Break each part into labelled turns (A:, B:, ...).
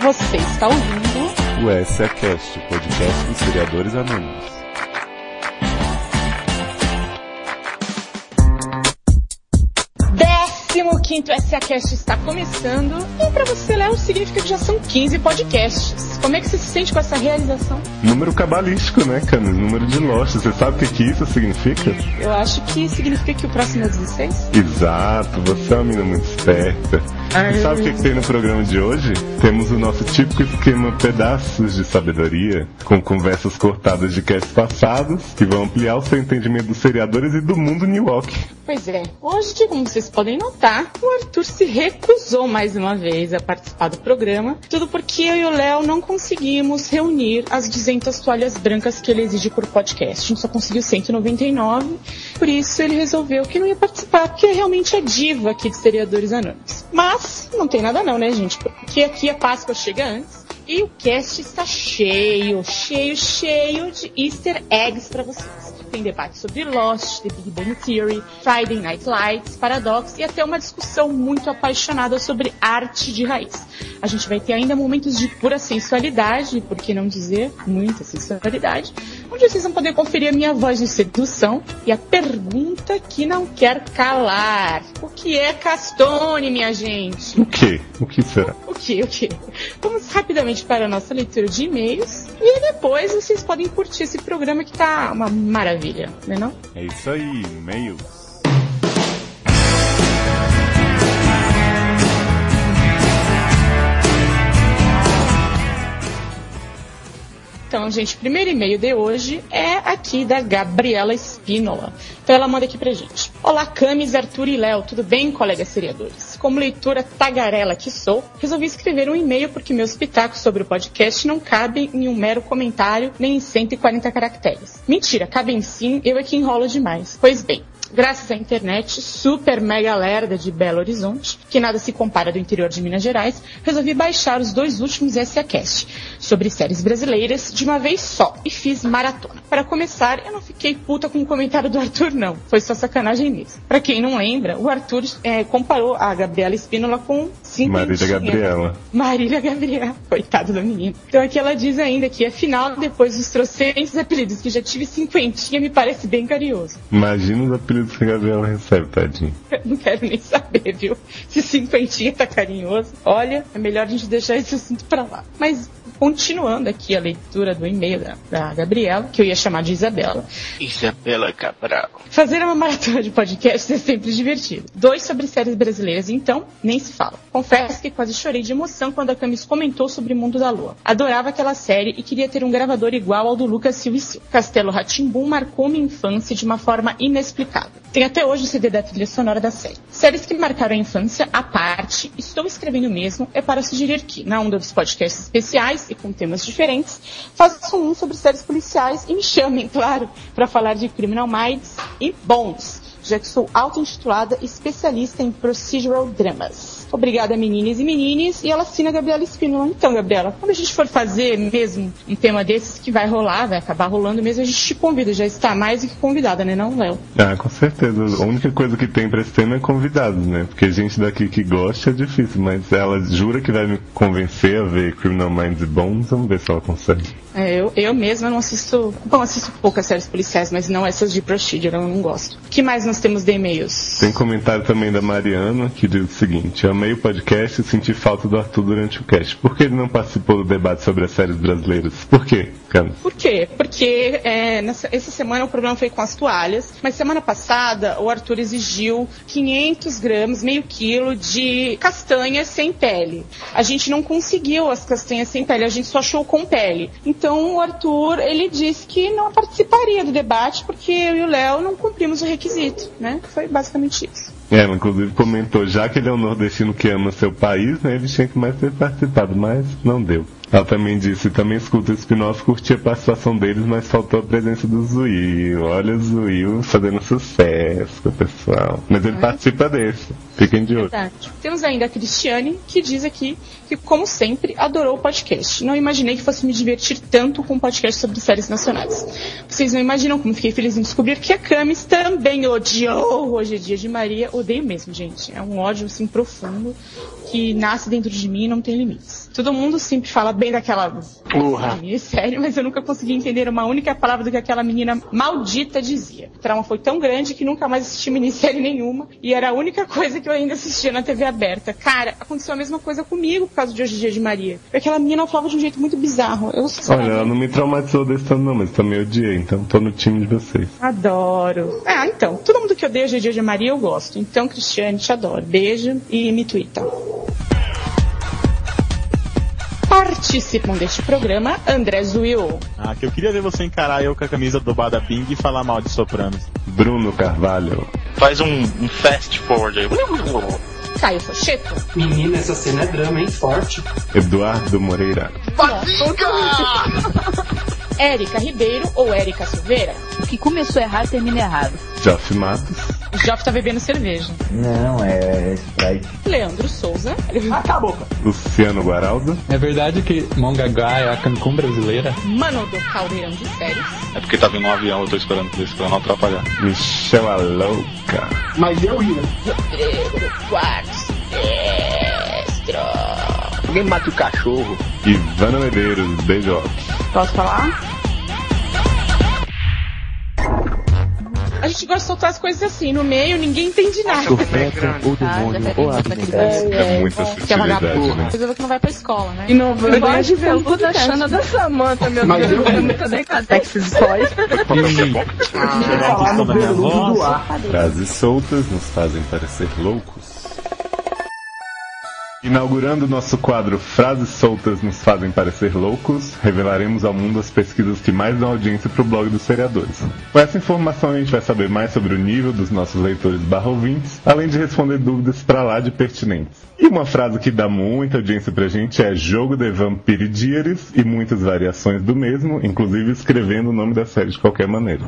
A: Você está ouvindo
B: O Essa é Cast, o podcast dos criadores anônimos.
A: o 15 SACast está começando. E para você, Léo, significa que já são 15 podcasts. Como é que você se sente com essa realização?
B: Número cabalístico, né, Camis? Número de lojas. Você sabe o que, que isso significa?
A: Eu acho que significa que o próximo é o 16.
B: Exato, você é uma menina muito esperta. E sabe o que, que tem no programa de hoje? Temos o nosso típico esquema Pedaços de Sabedoria, com conversas cortadas de casts passados, que vão ampliar o seu entendimento dos seriadores e do mundo New York.
A: Pois é, hoje, como vocês podem notar, o Arthur se recusou mais uma vez a participar do programa, tudo porque eu e o Léo não conseguimos reunir as 200 toalhas brancas que ele exige por podcast. A gente só conseguiu 199, por isso ele resolveu que não ia participar, porque é realmente a diva aqui de Seriadores Anônimos. Mas não tem nada não, né, gente? Porque aqui a Páscoa chega antes. E o cast está cheio, cheio, cheio de easter eggs para vocês. Tem debate sobre Lost, The Big Bang Theory, Friday Night Lights, Paradox e até uma discussão muito apaixonada sobre arte de raiz. A gente vai ter ainda momentos de pura sensualidade, por que não dizer muita sensualidade, onde vocês vão poder conferir a minha voz de sedução e a pergunta que não quer calar. O que é Castone, minha gente?
B: O que? O que será?
A: O que, o que? Vamos rapidamente para a nossa leitura de e-mails e aí depois vocês podem curtir esse programa que tá uma maravilha, né não?
B: É isso aí, e-mails.
A: Então, gente, o primeiro e-mail de hoje é aqui da Gabriela Espínola. Então ela manda aqui pra gente. Olá, Camis, Arthur e Léo, tudo bem, colegas seriadores? Como leitora tagarela que sou, resolvi escrever um e-mail porque meus pitacos sobre o podcast não cabem em um mero comentário nem em 140 caracteres. Mentira, cabem sim, eu é que enrolo demais. Pois bem, graças à internet super mega lerda de Belo Horizonte, que nada se compara do interior de Minas Gerais, resolvi baixar os dois últimos SACast sobre séries brasileiras de uma vez só e fiz maratona. Para começar, eu não fiquei puta com o comentário do Arthur, não. Foi só sacanagem mesmo. Para quem não lembra, o Arthur eh, comparou a Gabriela Espínola com cinco
B: Marília Gabriela.
A: Marília Gabriela, coitado do menino. Então aqui ela diz ainda que, afinal, depois dos trocentos apelidos que já tive cinquentinha, me parece bem carinhoso.
B: Imagina os apelidos que a Gabriela recebe, tadinho.
A: Não quero nem saber, viu? Se cinquentinha tá carinhoso. Olha, é melhor a gente deixar esse assunto pra lá. Mas continuando aqui a leitura do e-mail da, da Gabriela, que eu ia chamar de Isabela.
C: Isabela Cabral.
A: Fazer uma maratona de podcast é sempre divertido. Dois sobre séries brasileiras, então, nem se fala. Confesso que quase chorei de emoção quando a Camis comentou sobre Mundo da Lua. Adorava aquela série e queria ter um gravador igual ao do Lucas Silva e Silva. Castelo Ratimbum marcou minha infância de uma forma inexplicável. Tem até hoje o CD da trilha sonora da série. Séries que marcaram a infância, à parte, estou escrevendo mesmo, é para sugerir que, na onda dos podcasts especiais e com temas diferentes, façam um sobre séries policiais e me chamem, claro, para falar de Criminal Minds e Bones, já que sou auto-intitulada especialista em procedural dramas. Obrigada, meninas e menines. E ela assina a Gabriela Espínola. Então, Gabriela, quando a gente for fazer mesmo um tema desses que vai rolar, vai acabar rolando mesmo, a gente te convida. Já está mais do que convidada, né, não, Léo?
B: Ah, com certeza. A única coisa que tem pra esse tema é convidados, né? Porque gente daqui que gosta é difícil, mas ela jura que vai me convencer a ver Criminal Minds e Bones. Vamos ver se ela consegue.
A: É, eu, eu mesma não assisto. Bom, assisto poucas séries policiais, mas não essas de procedural, eu não gosto. O que mais nós temos de e-mails?
B: Tem comentário também da Mariana que diz o seguinte: Amei o podcast e senti falta do Arthur durante o cast. Por que ele não participou do debate sobre as séries brasileiras? Por quê, Camis?
A: Por quê? Porque é, nessa, essa semana o problema foi com as toalhas, mas semana passada o Arthur exigiu 500 gramas, meio quilo de castanhas sem pele. A gente não conseguiu as castanhas sem pele, a gente só achou com pele. Então o Arthur ele disse que não participaria do debate porque eu e o Léo não cumprimos o requisito, né? Foi basicamente isso.
B: É, ela inclusive comentou, já que ele é um nordestino que ama seu país, né, ele tinha que mais ter participado, mas não deu. Ela também disse, também escuta o spin-off, curti a participação deles, mas faltou a presença do Zuil. Olha o Zuil fazendo sucesso, pessoal. Mas ele participa desse. Fiquem de olho.
A: Verdade. Temos ainda a Cristiane, que diz aqui que, como sempre, adorou o podcast. Não imaginei que fosse me divertir tanto com um podcast sobre séries nacionais. Vocês não imaginam como fiquei feliz em descobrir que a Camis também odiou. Hoje é dia de Maria, odeio mesmo, gente. É um ódio assim profundo que nasce dentro de mim e não tem limites. Todo mundo sempre fala bem daquela
C: Porra.
A: minissérie, mas eu nunca consegui entender uma única palavra do que aquela menina maldita dizia. O trauma foi tão grande que nunca mais assisti minissérie nenhuma e era a única coisa que eu ainda assistia na TV aberta. Cara, aconteceu a mesma coisa comigo por causa de Hoje em Dia de Maria. Aquela menina falava de um jeito muito bizarro. Eu
B: Olha, ela não me traumatizou desse tanto não, mas também odiei, então tô no time de vocês.
A: Adoro. Ah, então. Todo mundo que odeia GG de Maria eu gosto. Então, Cristiane, te adoro. Beijo e me twitta. Participam deste programa André Zuil,
D: Ah, que eu queria ver você encarar eu com a camisa dobada ping e falar mal de Sopranos.
B: Bruno Carvalho,
C: Faz um, um fast forward aí.
A: Caio Focheto,
E: Menina, essa cena é drama, hein? Forte.
B: Eduardo Moreira,
A: Érica Ribeiro ou Érica Silveira.
F: O que começou errado termina errado.
B: Joff Matos,
A: O Joff tá bebendo cerveja.
G: Não, é, é Sprite.
A: Leandro Souza,
B: Luciano Guaraldo,
H: É verdade que Mongaguá é a Cancún brasileira?
A: Mano do Caldeirão de Séries,
D: É porque tá vindo um avião, eu tô esperando por isso pra não atrapalhar.
B: Michel Alouca,
E: Mas eu ia.
C: Alguém mata o cachorro.
B: Ivana Medeiros, beijo.
A: Posso falar? A gente gosta de soltar as coisas assim, no meio ninguém entende nada.
G: Profeta, o demônio, ou a habilidade.
B: É muita
A: Que é
B: sutilidade,
A: vagabundo.
B: né?
A: Coisa que não vai pra escola, né?
I: Inovando a juventude da Xana da Samanta, meu
E: Mas
I: Deus.
E: eu-
I: É muita decadência de
E: É Falar Ah, um no veludo do ar.
B: Frases soltas nos fazem parecer loucos. Inaugurando nosso quadro Frases Soltas Nos Fazem Parecer Loucos, revelaremos ao mundo as pesquisas que mais dão audiência para o blog dos seriadores. Com essa informação a gente vai saber mais sobre o nível dos nossos leitores barra ouvintes, além de responder dúvidas para lá de pertinentes. E uma frase que dá muita audiência pra gente é Jogo de Vampiridieres e muitas variações do mesmo, inclusive escrevendo o nome da série de qualquer maneira.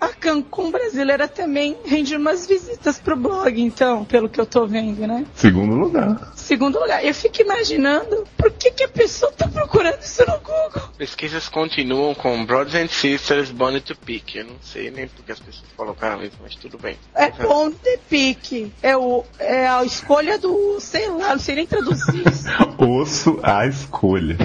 I: A Cancún brasileira também rende umas visitas pro blog, então, pelo que eu tô vendo, né?
B: Segundo lugar.
I: Segundo lugar, eu fico imaginando por que, que a pessoa tá procurando isso no Google.
C: Pesquisas continuam com Brothers and Sisters Bonnie to Pick. Eu não sei nem porque as pessoas colocaram isso, mas tudo bem.
I: É on the pick. É, o, é a escolha do, sei lá, não sei nem traduzir isso.
B: Osso à escolha.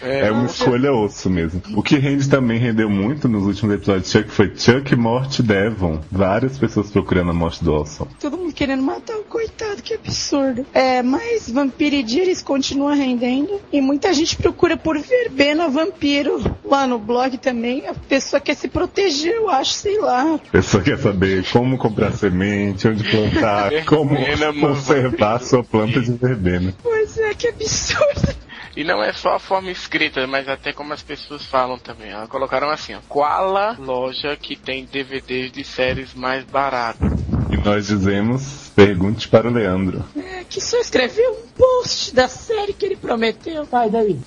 B: É uma escolha osso mesmo. O que rende também rendeu muito nos últimos episódios de Chuck foi Chuck, Morte, Devon. Várias pessoas procurando a morte do Olson.
I: Todo mundo querendo matar o coitado, que absurdo. É, mas Vampiridiris continua rendendo e muita gente procura por verbena vampiro lá no blog também. A pessoa quer se proteger, eu acho, sei lá.
B: A pessoa quer saber como comprar semente, onde plantar, como
C: Verbena, mano.
B: conservar a sua planta de verbena.
I: Pois é, que absurdo.
C: E não é só a forma escrita, mas até como as pessoas falam também. Elas colocaram assim, ó. Qual a loja que tem DVDs de séries mais baratas?
B: E nós dizemos, pergunte para o Leandro.
I: É que só escreveu um post da série que ele prometeu. Vai daí.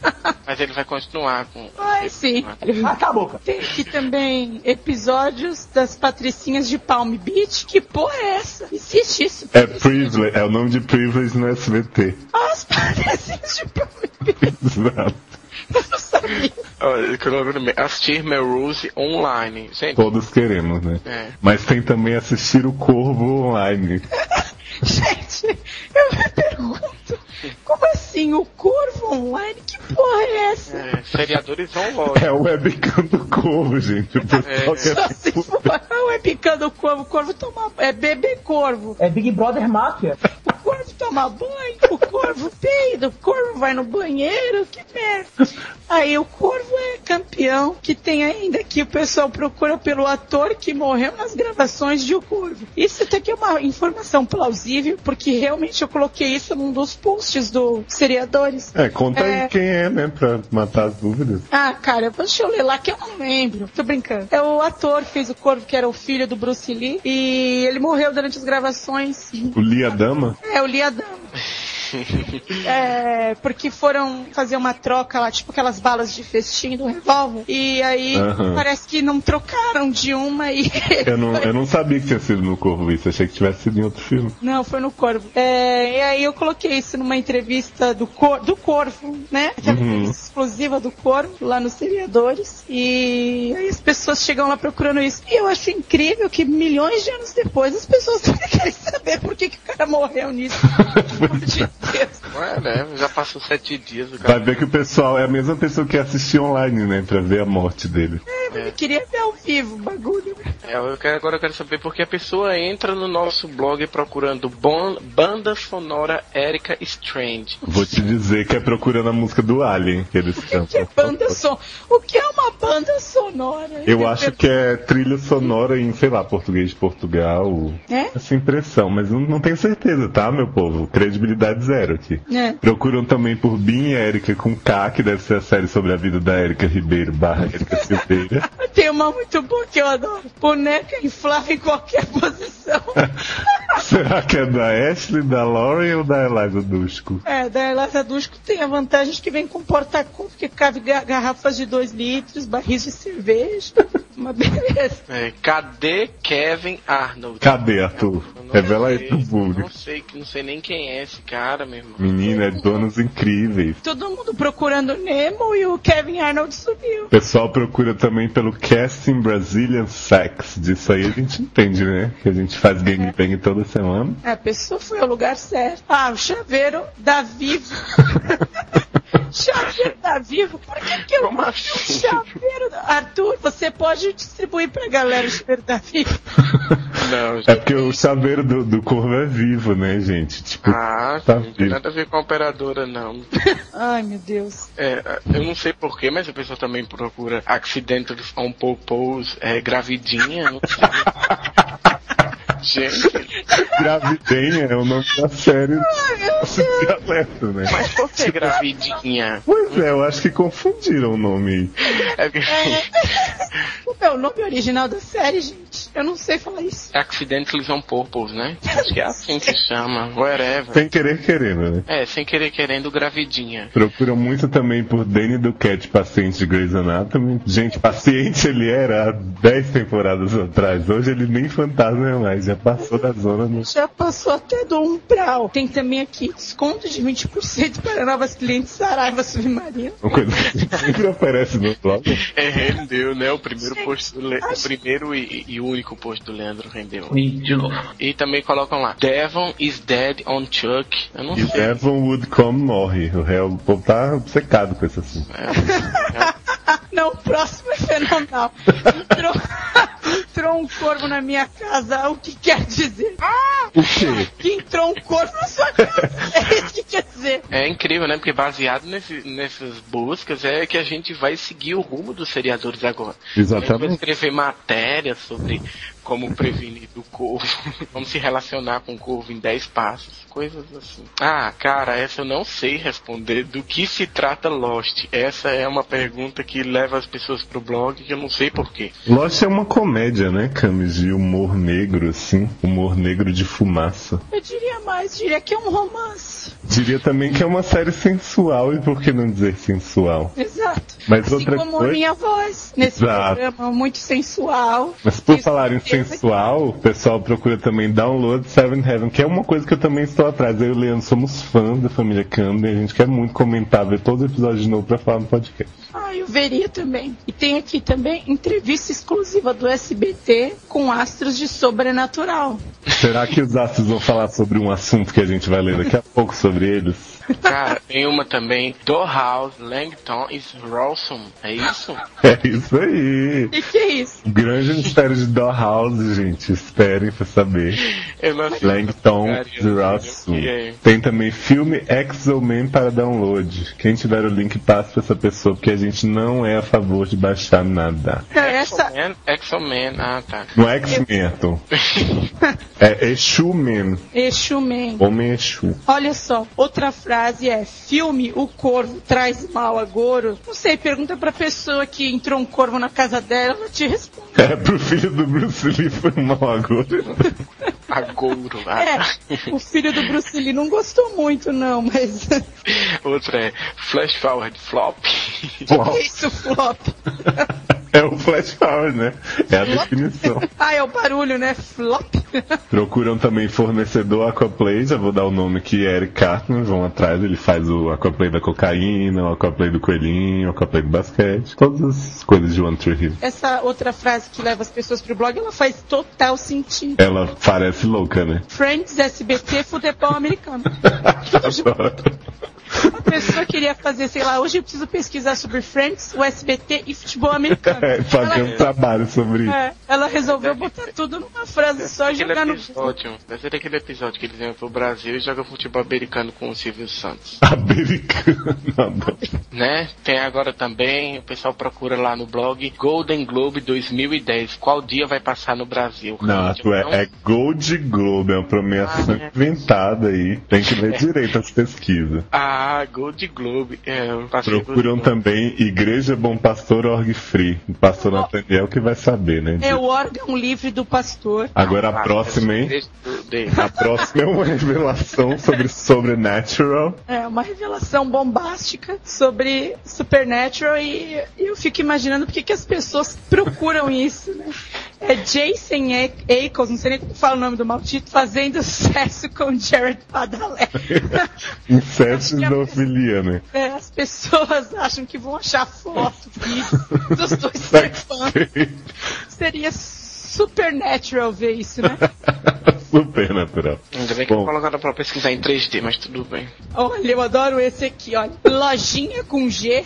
C: Mas ele vai continuar com...
I: Vai sim.
E: Acabou.
I: Tem aqui também episódios das patricinhas de Palm Beach. Que porra é essa? Existe isso?
B: É Privilege, é o nome de Privilege no SBT.
I: Ah, As patricinhas de Palm Beach.
B: Exato.
I: Eu não sabia.
C: Ó, ele colocou também, Assistir Melrose online. Gente,
B: Todos queremos, né?
C: É.
B: Mas tem também assistir o Corvo online.
I: Gente, eu me pergunto, como assim o Corvo Online? Que porra é essa?
C: é, seriadores online.
B: É o webcam do corvo, gente. O pessoal quer
I: Só se for não é picando o corvo, o corvo toma. É bebê corvo.
E: É Big Brother Máfia.
I: O corvo toma banho, o corvo peida, o corvo vai no banheiro, que merda. Aí o corvo é campeão, que tem ainda que o pessoal procura pelo ator que morreu nas gravações de O Corvo. Isso até que é uma informação plausível, porque realmente eu coloquei isso num dos posts do seriadores.
B: É, conta
I: É.
B: aí quem é, né, pra matar as dúvidas.
I: Ah, cara, deixa eu ler lá que eu não lembro. Tô brincando. É o ator que fez o corvo, que era o filho do Bruce Lee, e ele morreu durante as gravações.
B: O Lia Dama?
I: É, o Lee Adamo. É, porque foram fazer uma troca lá, tipo aquelas balas de festim do revólver. E aí
B: Aham.
I: parece que não trocaram de uma e.
B: Eu não, eu não sabia que tinha sido no Corvo isso, achei que tivesse sido em outro filme.
I: Não, foi no Corvo. É, e aí eu coloquei isso numa entrevista do, Cor do Corvo, né? Aquela
B: Uhum.
I: entrevista exclusiva do Corvo, lá nos seriadores. E aí as pessoas chegam lá procurando isso. E eu acho incrível que milhões de anos depois as pessoas também querem saber por que, que o cara morreu nisso. Pelo amor de Deus.
C: Mas, né, já passou sete dias o
B: Vai
C: cara.
B: ver que o pessoal é a mesma pessoa que assistiu online, né? Pra ver a morte dele.
I: Eu queria ver ao vivo o bagulho.
C: É, eu quero- agora eu quero saber porque a pessoa entra no nosso blog procurando bon- banda sonora Erika Strange.
B: Vou te dizer que é procurando a música do Alien que eles
I: Que é
B: cantam.
I: banda son... O que é uma banda sonora?
B: Eu acho que é trilha sonora em, sei lá, português de Portugal.
I: É?
B: Essa impressão, mas eu não tenho certeza, tá, meu povo? Credibilidade zero aqui.
I: É.
B: Procuram também por Bin e Erika com K, que deve ser a série sobre a vida da Erika Ribeiro barra Erika Silveira.
I: Tem uma muito boa que eu adoro. Boneca inflável em qualquer posição.
B: Será que é da Ashley, da Lauren ou da Eliza Dushku?
I: É, da Elasa Dushko tem a vantagem de que vem com porta-cu, porque cabe ga- garrafas de 2 litros, barris de cerveja. Uma beleza.
C: É, cadê Kevin Arnold?
B: Cadê, Arthur?
C: Eu não
B: Revela aí
C: sei,
B: pro
C: Não
B: público.
C: sei, não sei nem quem é esse cara, meu irmão.
B: Menina, é donos incríveis.
I: Todo mundo procurando Nemo e o Kevin Arnold sumiu.
B: O pessoal procura também pelo Casting Brazilian Sex. Disso aí a gente entende, né? Que a gente faz gangbang toda semana.
I: A pessoa foi ao lugar certo. Ah, o chaveiro da Vivo. chaveiro da Vivo? Por que, que eu. um
C: Como assim?
I: Chaveiro da... Arthur, você pode distribuir pra galera o chaveiro da Vivo.
C: Não,
B: É porque o chaveiro do, do corvo é vivo, né, gente? Tipo,
C: Ah,
B: Tá
C: não tem
B: vivo.
C: nada a ver com a operadora, não.
I: Ai, meu Deus.
C: É, eu não sei porquê, mas a pessoa também procura Accidentals on Popos, é, gravidinha, não sei. Gente,
B: gravidez é o nome da série do dialeto, né?
C: mas por que gravidinha?
B: Pois é, eu acho que confundiram o nome aí.
C: É, porque-
I: O meu nome original da série, gente. Eu não sei falar isso.
C: Accidentals on Purpose, né? Acho que é assim que se chama, whatever.
B: Sem querer querendo, né?
C: É, sem querer querendo, gravidinha.
B: Procuram muito também por Danny Duquette, paciente de Grey's Anatomy. Gente, paciente ele era há 10 temporadas atrás. Hoje ele nem fantasma é mais, já passou da zona. Né?
I: Já passou até do umbral. Tem também aqui desconto de 20% para novas clientes Saraiva Submarino.
B: Uma coisa que a gente sempre aparece no blog.
C: É, rendeu, né? O primeiro post do Le... O primeiro e, e único post do Leandro rendeu.
G: De novo.
C: E também colocam lá, Devon is dead on Chuck. Eu não
B: E
C: sei.
B: Devon Woodcomb morre. O réu o povo tá obcecado com esse assunto.
I: Não, o próximo é fenomenal. Entrou, entrou um corvo na minha casa, o que quer dizer? Ah!
B: O quê?
I: Que entrou um corvo na sua casa. É isso que quer dizer.
C: É incrível, né? Porque baseado nesse- nessas buscas é que a gente vai seguir o rumo dos seriadores agora. A gente vai
B: Exatamente.
C: escrever matérias sobre como prevenir do corvo, como se relacionar com o corvo em 10 passos, coisas assim. Ah, cara, essa eu não sei responder. Do que se trata Lost? Essa é uma pergunta que leva as pessoas pro blog que eu não sei porquê.
B: Lost é uma comédia, né, Camis? De humor negro, assim. Humor negro de fumaça.
I: Eu diria mais, diria que é um romance.
B: Diria também que é uma série sensual, e por que não dizer sensual?
I: Exato.
B: Mas
I: assim
B: outra
I: como
B: coisa-
I: a minha voz nesse
B: Exato.
I: programa, muito sensual.
B: Mas por
I: Isso,
B: falar em
I: isso.
B: sensual, o pessoal procura também Download Seven Heaven, que é uma coisa que eu também estou atrás. Eu e o Leandro somos fãs da família Camden, a gente quer muito comentar, ver todo o episódio de novo pra falar no podcast.
I: Ah, eu veria também. E tem aqui também entrevista exclusiva do SBT com astros de sobrenatural.
B: Será que os astros vão falar sobre um assunto que a gente vai ler daqui a pouco sobre eles?
C: Cara, tem uma também, Doorhouse Langton is Rawson. É isso?
B: É isso aí!
I: E que é isso?
B: O Grande mistério de Dollhouse, gente. Esperem pra saber.
C: Eu
B: Né?
C: não sei.
B: Langton Zurasso. Então, Tem também filme Exo-Man para download. Quem tiver o link, passa pra essa pessoa, porque a gente não é a favor de baixar nada.
I: Não, essa,
C: Exo-Man, ah tá.
B: Não é X-Men, Arthur. É Exu-Man.
I: Exu Man.
B: Homem Exu.
I: é Olha só, outra frase é: filme O Corvo traz mal a Goro. Não sei, pergunta pra pessoa que entrou um corvo na casa dela, ela te responde.
B: É, pro filho do Bruce Lee foi mal agora.
C: Agouro. Ah.
I: É, o filho do Bruce Lee não gostou muito, não, mas.
C: Outra é Flash Forward Flop.
B: Uau.
I: Isso, flop.
B: É o Flash Power, né? É a definição.
I: Ah, é o barulho, né? Flop.
B: Procuram também fornecedor Aquaplay, já vou dar o nome que é Eric Cartman, vão atrás, ele faz o Aquaplay da cocaína, o Aquaplay do coelhinho, o Aquaplay do basquete, todas as coisas de One Tree Hill.
I: Essa outra frase que leva as pessoas pro blog, ela faz total sentido.
B: Ela parece louca, né?
I: Friends, SBT, futebol americano.
B: Adoro.
I: A pessoa queria fazer, sei lá, hoje eu preciso pesquisar sobre Friends, o SBT e futebol americano.
B: É, fazer um
I: Ela,
B: trabalho sobre isso.
I: é, ela resolveu botar tudo numa frase só e
C: Aquele
I: jogar no.
C: episódio, deve ser aquele episódio que eles vêm pro Brasil e jogam futebol americano com o Silvio Santos.
B: Americano. adoro.
C: Né? Tem agora também, o pessoal procura lá no blog Golden Globe 2010. Qual dia vai passar no Brasil?
B: Não, a
C: Gente, Então,
B: tua
C: não-
B: é, é Gold Globe, é uma promessa
C: Ah, é.
B: inventada aí. Tem que ler direito as pesquisas.
C: Ah, Gold Globe. É, eu passei
B: Procuram
C: Gold Globe.
B: também Igreja Bom Pastor Org Free. O pastor Nathaniel que vai saber, né?
I: É o órgão livre do pastor.
B: Agora a
C: Ah,
B: próxima, hein?
C: esse do- dele.
B: A próxima é uma revelação sobre Sobrenatural.
I: É uma revelação bombástica sobre Supernatural e eu fico imaginando porque que as pessoas procuram isso, né? É Jason A- Ackles, não sei nem como fala o nome do maldito, fazendo sexo com Jared Padalé.
B: Incesto e zoofilia, né?
I: É, as pessoas acham que vão achar foto, vídeo dos
B: Tá
I: dois
B: Sex
I: sexando.
B: tape.
I: Seria Supernatural ver isso, né?
B: Supernatural.
C: Ainda bem que
B: Bom,
C: colocaram pra pesquisar em 3D, mas tudo bem.
I: Olha, eu adoro esse aqui, olha. Lojinha com G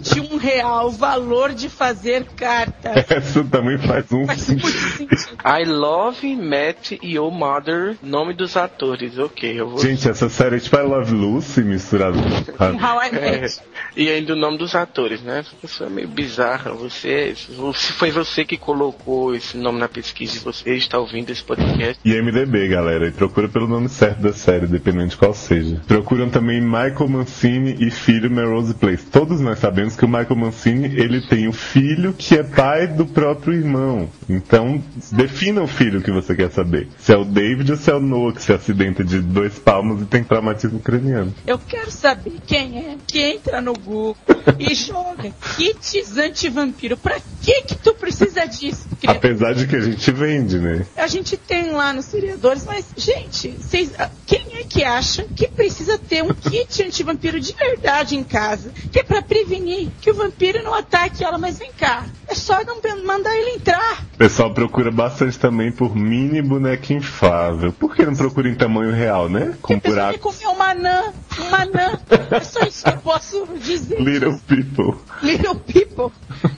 I: de um real, valor de fazer carta.
B: essa também faz um
I: Faz muito
B: sentido.
I: sentido.
C: I Love, Matt e Your Mother, nome dos atores. Ok, eu vou.
B: Gente, essa série é tipo I Love Lucy misturada
I: Um
B: com
I: How I
C: É,
I: Met.
C: e ainda o nome dos atores, né? Essa pessoa é meio bizarra. Você, se foi você que colocou esse nome na pesquisa e você está ouvindo esse podcast,
B: E IMDB, galera, e procura pelo nome certo da série, dependendo de qual seja. Procuram também Michael Mancini e filho Melrose Place. Todos nós sabemos que o Michael Mancini, ele tem um filho que é pai do próprio irmão. Então, defina o filho que você quer saber. Se é o David ou se é o Noah que se acidenta de dois palmos e tem traumatismo craniano.
I: Eu quero saber quem é que entra no Google e joga kits anti-vampiro. Pra que que tu precisa disso, criatura?
B: Apesar de que a gente vende, né?
I: A gente tem lá nos seriadores, mas, gente, vocês, ah, quem é que acha que precisa ter um kit antivampiro de verdade em casa? Que é pra prevenir que o vampiro não ataque ela, mas vem cá. É só não pe- mandar ele entrar.
B: O pessoal procura bastante também por mini boneca inflável. Por que não procura em tamanho real, né?
I: Que
B: Com
I: a pessoa quer
B: buraco.
I: comer uma anã, uma anã. É só isso que eu posso dizer.
B: Little people.
I: Little people.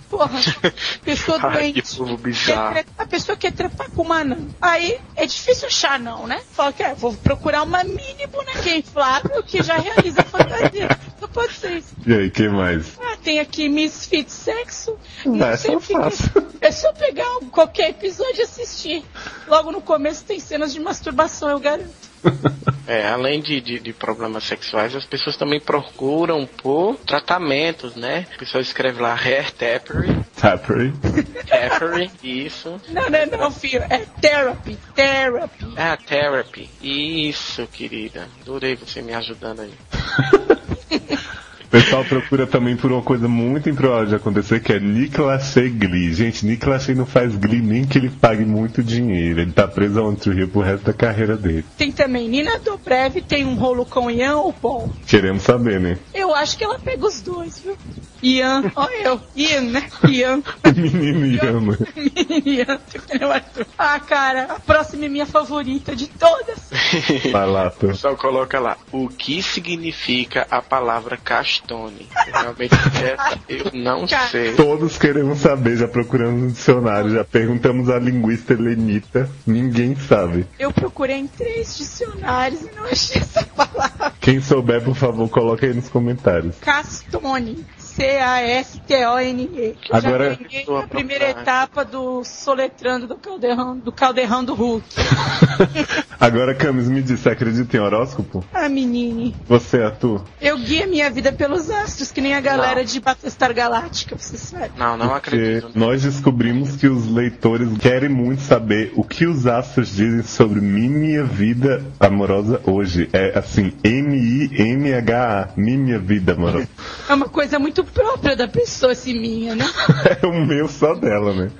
I: Porra, pessoa
C: Ai, que
I: doente.
C: povo
I: Quer
C: bizarro.
I: tre- A pessoa quer trepar com uma anã. Aí é difícil achar não, né? Fala que é, vou procurar uma mini bonequinha inflável que já realiza a fantasia. Só pode ser isso.
B: E aí, que mais?
I: Ah, tem aqui Misfit Sexo.
B: Ah, essa eu
I: o que que-
B: faço.
I: É só pegar qualquer episódio e assistir. Logo no começo tem cenas de masturbação, eu garanto.
C: É, além de, de, de problemas sexuais, as pessoas também procuram por tratamentos, né? A pessoa escreve lá hair tapering,
B: Tappery.
C: tapering, isso.
I: Não, não, não, filho. É therapy, therapy.
C: Ah, therapy. Isso, querida. Adorei você me ajudando aí.
B: O pessoal procura também por uma coisa muito improvável de acontecer, que é Nicolas Shea Glee. Gente, Nicolas Shea não faz Glee nem que ele pague muito dinheiro. Ele tá preso a um Rio pro resto da carreira dele.
I: Tem também Nina Dobrev, tem um rolo com Ian ou Paul.
B: Queremos saber, né?
I: Eu acho que ela pega os dois, viu? Ian, ó eu. Ian, né? Ian.
B: O menino Yama.
I: Ian. Eu, Arthur. Ah, cara, a próxima é minha favorita de todas.
B: Palato.
C: O pessoal coloca lá, o que significa a palavra castone? Realmente essa eu não
I: Cara.
C: sei.
B: Todos queremos saber, já procuramos no dicionário, já perguntamos à linguista helenita. Ninguém sabe.
I: Eu procurei em três dicionários e não achei essa palavra.
B: Quem souber, por favor, coloca aí nos comentários.
I: Castone. C-A-S-T-O-N-E. Eu
B: Agora-
I: Já ganhei a primeira etapa do Soletrando do Caldeirão do, caldeirão do Hulk.
B: Agora, Camis, me diz, você acredita em horóscopo?
I: Ah, menine.
B: Você, Arthur?
I: Eu guia minha vida pelos astros, que nem a galera de Battlestar Galáctica, você sabe.
C: Não, não
B: Porque
C: acredito. né?
B: nós descobrimos que os leitores querem muito saber o que os astros dizem sobre minha vida amorosa hoje. É assim, M-I-M-H-A, minha vida amorosa.
I: É uma coisa muito própria da pessoa, assim, minha, né?
B: É o meu só dela, né?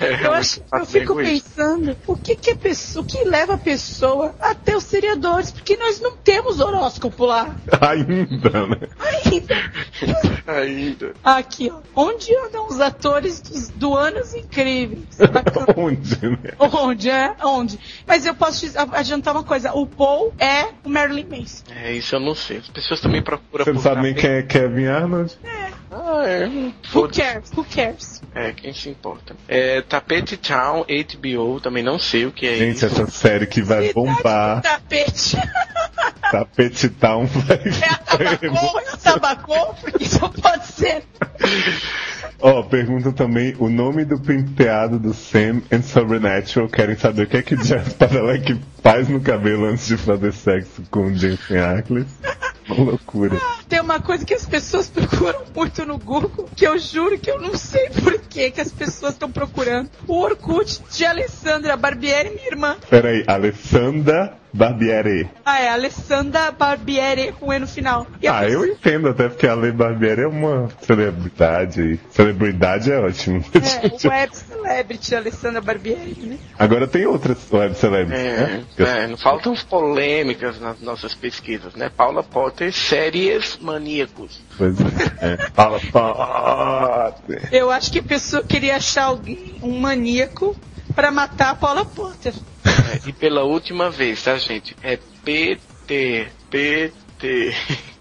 C: É,
I: Eu, acho, eu
C: faço
I: fico
C: egoísmo.
I: pensando, o que que, a pessoa, o que leva a pessoa até os seriadores? Porque nós não temos horóscopo lá.
B: Ainda, né?
C: Ainda.
I: Aqui, ó. Onde andam os atores dos, do Anos Incríveis?
B: Onde, né?
I: Onde, é? Onde? Mas eu posso te adiantar uma coisa. O Paul é o Marilyn Manson.
C: É, isso eu não sei. As pessoas também procuram
B: Você não
C: por
B: sabe nem
C: cabelo.
B: quem é Kevin Arnold?
C: Ah, é.
I: Who
C: Foda-se.
I: cares? Who cares?
C: É, quem se importa. É, Tapete Town, HBO, também não sei o que é
B: Gente,
C: isso.
B: essa série que vai
I: Cidade do
B: bombar,
I: Tapete.
B: Tapete Town vai...
I: É a Tabacol, é a Tabacol, porque só pode ser.
B: Ó, pergunta também o nome do penteado do Sam and Supernatural. Querem saber o que é que Jeff Padalecki faz no cabelo antes de fazer sexo com o Jason Ackles? Uma loucura.
I: Tem uma coisa que as pessoas procuram muito no Google, que eu juro que eu não sei por que que as pessoas estão procurando. O Orkut de Alessandra Barbieri, minha irmã.
B: Peraí, Alessandra Barbieri.
I: Ah, é, Alessandra Barbieri com E no final. E a
B: Ah, eu
I: pessoa-
B: entendo até porque a Ale Barbieri é uma celebridade. Celebridade é ótimo.
I: É, web celebrity Alessandra Barbieri, né?
B: Agora tem outras web celebs,
C: É,
B: né?
C: é, não faltam polêmicas nas nossas pesquisas, né? Paula Potter, séries maníacos.
B: Pois é. É. Fala, fala.
I: Eu acho que a pessoa queria achar alguém, um maníaco, pra matar a Paula Potter.
C: É, e pela última vez, tá, gente? É PT, PT.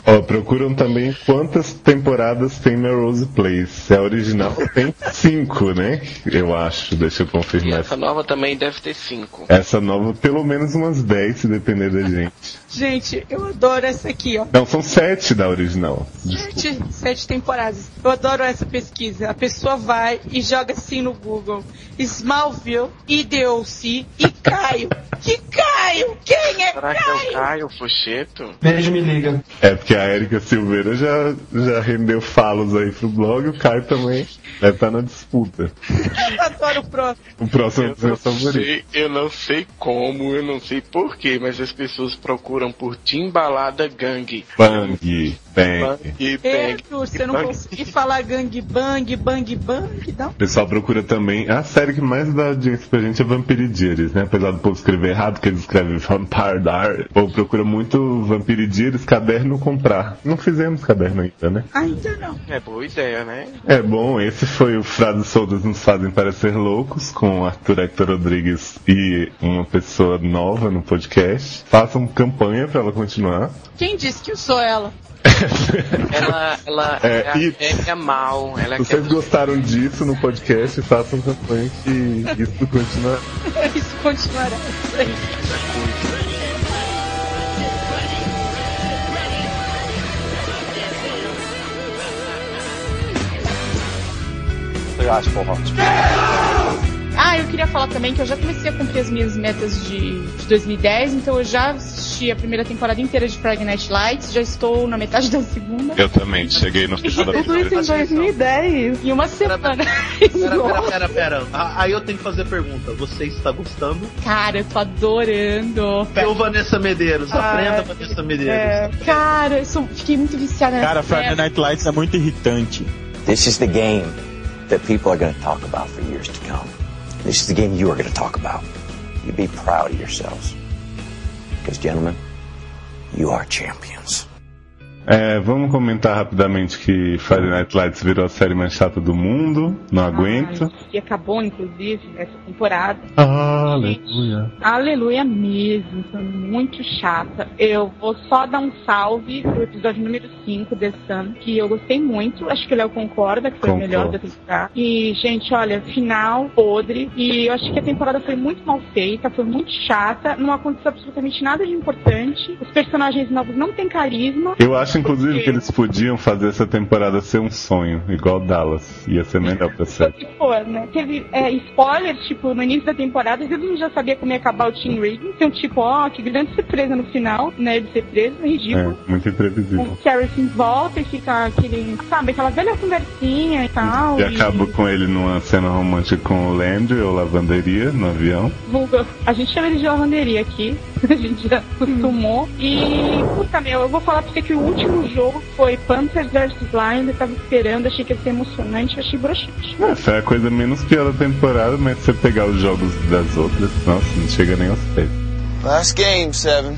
B: Ó, procuram também quantas temporadas tem Melrose Place. Se é original, tem cinco, né? Eu acho, deixa eu
C: E
B: confirmar.
C: essa nova também deve ter cinco.
B: Essa nova, pelo menos umas 10, se depender da gente.
I: Gente, eu adoro essa aqui, ó.
B: Não, são sete da original. Desculpa.
I: Sete, sete temporadas. Eu adoro essa pesquisa. A pessoa vai e joga assim no Google. Smallville, IDOC e Caio. Que Caio? Quem é
C: Será que é o
I: Caio?
C: Caio Fuxeto?
E: Beijo, me liga.
B: É porque a Erika Silveira já, já rendeu falos aí pro blog, o Caio também deve estar na disputa.
I: Eu adoro o próximo.
B: O próximo é o
C: Eu
B: meu
C: não,
B: favorito.
C: sei, eu não sei como, eu não sei porquê, mas as pessoas procuram por Timbalada Gangue.
B: Bang, bang.
C: Bang,
I: Ei,
C: bang.
I: Arthur, você não
C: Bang.
I: conseguir falar gangbang, bang, bang, dá um
B: O pessoal procura também. é A série que mais dá audiência pra gente é Vampire Diaries, né? Apesar do povo escrever errado, que eles escrevem Vampire Diaries. O povo procura muito Vampire Diaries, caderno comprar. Não fizemos caderno ainda, né?
I: Ainda não.
C: É boa ideia, né?
B: É bom, esse foi o Frases Soltas Nos Fazem Parecer Loucos, com Arthur Hector Rodrigues e uma pessoa nova no podcast. Façam campanha pra ela continuar.
I: Quem disse que eu sou ela?
C: Ela, ela
B: É,
C: é, a-
B: e-
C: é, é mal, ela
B: Se vocês
C: quer-
B: gostaram disso no podcast, façam campanha que isso continua.
I: Isso continuará. Isso aí.
A: Ah, eu queria falar também que eu já comecei a cumprir as minhas metas de, de 2010, então eu já assisti a primeira temporada inteira de Friday Night Lights, já estou na metade da segunda.
B: Eu também, cheguei no final da
A: Tudo isso em 2010, em uma semana.
J: Pera, pera,
A: Nossa,
J: pera, pera. Ah, Aí eu tenho que fazer a pergunta. Você está gostando?
A: Cara, eu tô adorando.
J: Seu Vanessa Medeiros.
A: Ah,
J: Aprenda, Vanessa Medeiros.
A: É, cara, eu sou- fiquei muito viciada nessa
D: Cara, Friday
A: série.
D: Night Lights é muito irritante.
G: This is the game that people are going to talk about for years to come. This is the game you are going to talk about. You be proud of yourselves. Because, gentlemen, you are champions.
B: É, vamos comentar rapidamente que Friday Night Lights virou a série mais chata do mundo. Não aguento.
A: Ai, E acabou, inclusive, essa temporada.
B: Aleluia.
A: Aleluia mesmo, foi muito chata. Eu vou só dar um salve pro episódio número 5 desse ano, que eu gostei muito. Acho que o Léo concorda que foi o
B: Concordo.
A: melhor da temporada. E, gente, olha, final podre. E eu acho que a temporada foi muito mal feita, foi muito chata. Tá, Não aconteceu absolutamente nada de importante. Os personagens novos não têm carisma.
B: Eu acho, inclusive, que eles podiam fazer essa temporada ser um sonho, igual Dallas. Ia ser melhor pra
A: Foi o
B: série.
A: que for, né? Teve é, spoilers, tipo, no início da temporada, todo mundo já sabia como ia acabar o Team Reading. Então, tipo, ó, que grande surpresa no final, né? De ser preso, ridículo.
B: É, muito
A: O
B: imprevisível.
A: Harrison volta e fica aquele, sabe, aquela velha conversinha e tal.
B: E acabo com ele numa cena romântica com o Landry, ou lavanderia, no avião.
A: Vulgo. A gente chama ele de lavanderia aqui.
K: a gente já acostumou. E, puta meu, eu vou falar pra você que o último jogo foi Panthers vs Blind, eu tava esperando, achei que ia ser emocionante, achei broxante.
B: Essa é a coisa menos pior da temporada, mas se você pegar os jogos das outras, nossa, não chega nem aos pés.
L: Last game, seven.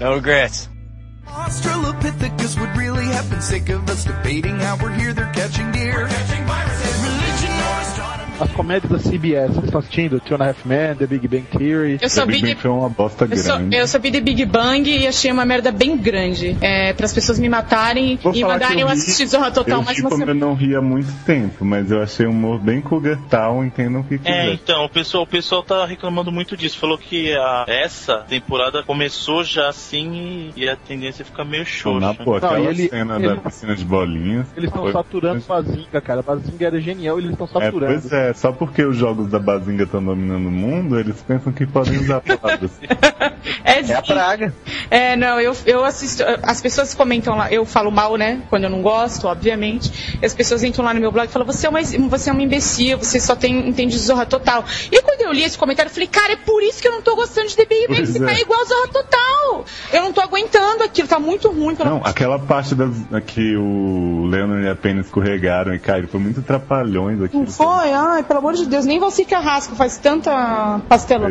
L: No regrets.
M: Australopithecus would really have been sick of us debating how we're here, they're catching deer. Religion or astronomy.
N: As comédias da CBS, vocês estão assistindo? Two and a Half Men, The Big Bang Theory.
A: Eu só The Big vi- Bang
N: foi uma bosta
A: Eu só, eu só vi The Big Bang e achei uma merda bem grande. É, para as pessoas me matarem
B: Vou
A: e
B: falar que
A: mandarem eu
B: ri-
A: assistir Zorra Total
B: eu
A: mais
B: ri
A: uma
B: como
A: semana.
B: eu não ri há muito tempo, mas eu achei o humor bem cougatal, entendam o que
J: É,
B: quiser.
J: então, o pessoal, o pessoal tá reclamando muito disso. Falou que a- essa temporada começou já assim e, e a tendência fica meio xoxa.
B: Tipo, Na boa, aquela
N: Não, e ele-
B: cena
N: ele-
B: da piscina de bolinhas.
N: Eles estão
B: foi-
N: saturando Bazinga, cara. Bazinga era genial, eles estão
B: É,
N: saturando.
B: pois é, só porque os jogos da Bazinga estão dominando o mundo, eles pensam que podem usar palavras.
A: É a praga. É, não, eu, eu assisto. As pessoas comentam lá, eu falo mal, né? Quando eu não gosto, obviamente. E as pessoas entram lá no meu blog e falam: você é uma, você é uma imbecil, você só tem, entende Zorra Total. E quando eu li esse comentário, eu falei: cara, é por isso que eu não tô gostando de The Big Bang,
B: Pois
A: você tá
B: é.
A: igual Zorra Total. Eu não tô aguentando aquilo, tá muito ruim. pelo
B: Não, aquela parte das, que o Leonard e a Penny escorregaram e caíram, foi muito trapalhões aqui.
A: Não foi? Ai, pelo amor de Deus, nem você carrasco faz tanta pastela.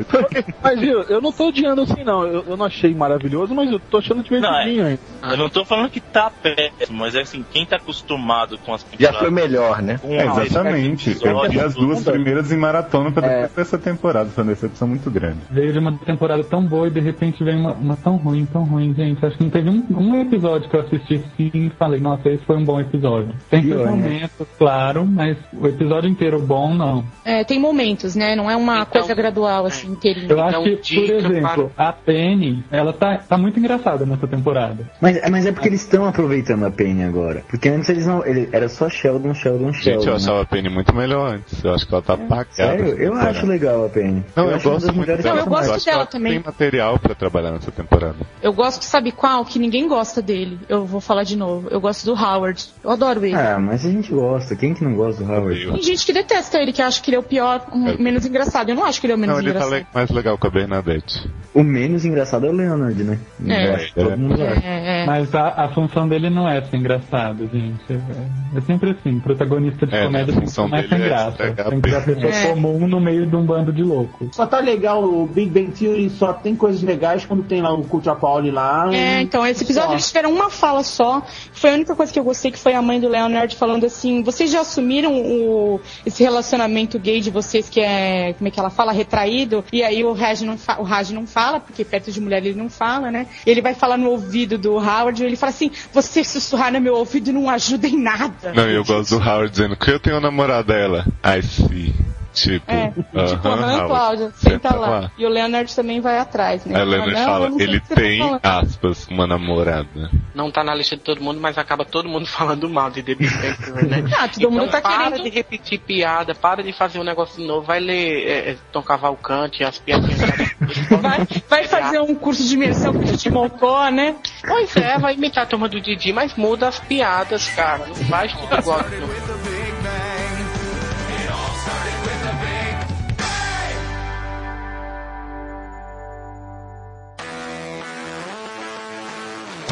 N: Mas, viu, eu não tô odiando assim, não. Eu, eu não achei maravilhoso, mas eu tô
J: é.
N: achando divertidinho ainda.
J: Eu não tô falando que tá péssimo, mas é assim, quem tá acostumado com as
N: Já
J: temporadas.
N: foi melhor, né?
J: Com
B: É, exatamente. Eu vi as duas primeiras em maratona
N: É.
B: pra depois dessa temporada. Foi uma decepção muito grande.
H: Veio de uma temporada tão boa e de repente vem uma, uma tão ruim, tão ruim, gente. Acho que não teve um, um episódio que eu assisti assim e falei, nossa, esse foi um bom episódio. Tem seus
A: Pior, né?
H: momentos, claro, mas o episódio inteiro bom, não.
A: É, tem momentos, né? Não é uma coisa gradual, assim, inteirinha.
H: Eu acho que, por exemplo, a Penny, ela tá, tá muito engraçada nessa temporada.
O: Mas, mas é porque eles estão aproveitando a Penny agora. Porque antes eles não. ele- era só Sheldon, Sheldon, Sheldon.
B: Gente, eu
O: né?
B: achava a Penny muito melhor antes. Eu acho que ela tá pagada.
O: Sério? Eu
B: essa
O: acho
B: temporada.
O: legal a Penny.
B: Não, eu,
O: acho uma
B: gosto
O: das
B: muito
O: melhores
B: dela.
A: personagens. Eu gosto
B: acho que ela
A: dela também.
B: Tem material pra trabalhar nessa temporada.
A: Eu gosto, sabe qual? Que ninguém gosta dele. Eu vou falar de novo. Eu gosto do Howard. Eu adoro ele.
O: Ah, mas a gente gosta. Quem que não gosta do
A: Tem
O: Howard?
A: gente que detesta ele, que acha que ele é o pior, um-
O: É.
A: menos engraçado. Eu não acho que ele é o menos
B: Não, ele tá
A: engraçado.
B: le- mais legal com a Bernadette.
O: O menos engraçado é o Leonard, né?
A: É.
O: Nossa, todo mundo acha.
A: É, é.
H: Mas a, a função dele não é ser engraçado, gente. É, é sempre assim, protagonista de
B: É,
H: comédia
B: né, a
H: tem que
B: função
H: ser mais
B: dele
H: sem
B: é
H: graça.
B: estragar
H: Tem que ser a pessoa
E: É.
H: comum no meio de um bando de louco.
E: Só tá legal o Big Bang Theory, só tem coisas legais quando tem lá o Cult of Pauli lá.
A: É, então, esse episódio
E: Só.
A: eles tiveram uma fala só. Foi a única coisa que eu gostei, que foi a mãe do Leonard falando assim: vocês já assumiram o, esse relacionamento gay de vocês que é, como é que ela fala? Retraído? E aí o Raj, não fa- o Raj não fala, porque perto de mulher ele não fala, né? Ele vai falar no ouvido do Howard, ele fala assim: vocês sussurraram no meu ouvido não ajuda em nada.
B: Não, eu gosto do Howard dizendo que eu tenho uma namorada dela. I see. Tipo,
A: É, tipo,
B: aham,
A: aham,
B: Howard,
A: Cláudia,
B: você
A: senta
B: tá
A: lá. E o Leonard também vai atrás, né?
B: Aí o É, Leonard
A: Não,
B: fala,
A: eu não sei
B: ele
A: o que você tá
B: tem,
A: falando."
B: aspas, uma namorada.
C: Não tá na lista de todo mundo, mas acaba todo mundo falando mal de The Big Bang Theory, né?
A: Ah, todo mundo tá
C: para
A: querendo-
C: de repetir piada, para de fazer um negócio novo, vai ler é, é, Tom Cavalcante, as piadinhas.
A: Vai fazer um curso de imersão com o Didi Mocó, né?
C: Pois é, vai imitar a turma do Didi, mas muda as piadas, cara. Não faz tudo igual. não.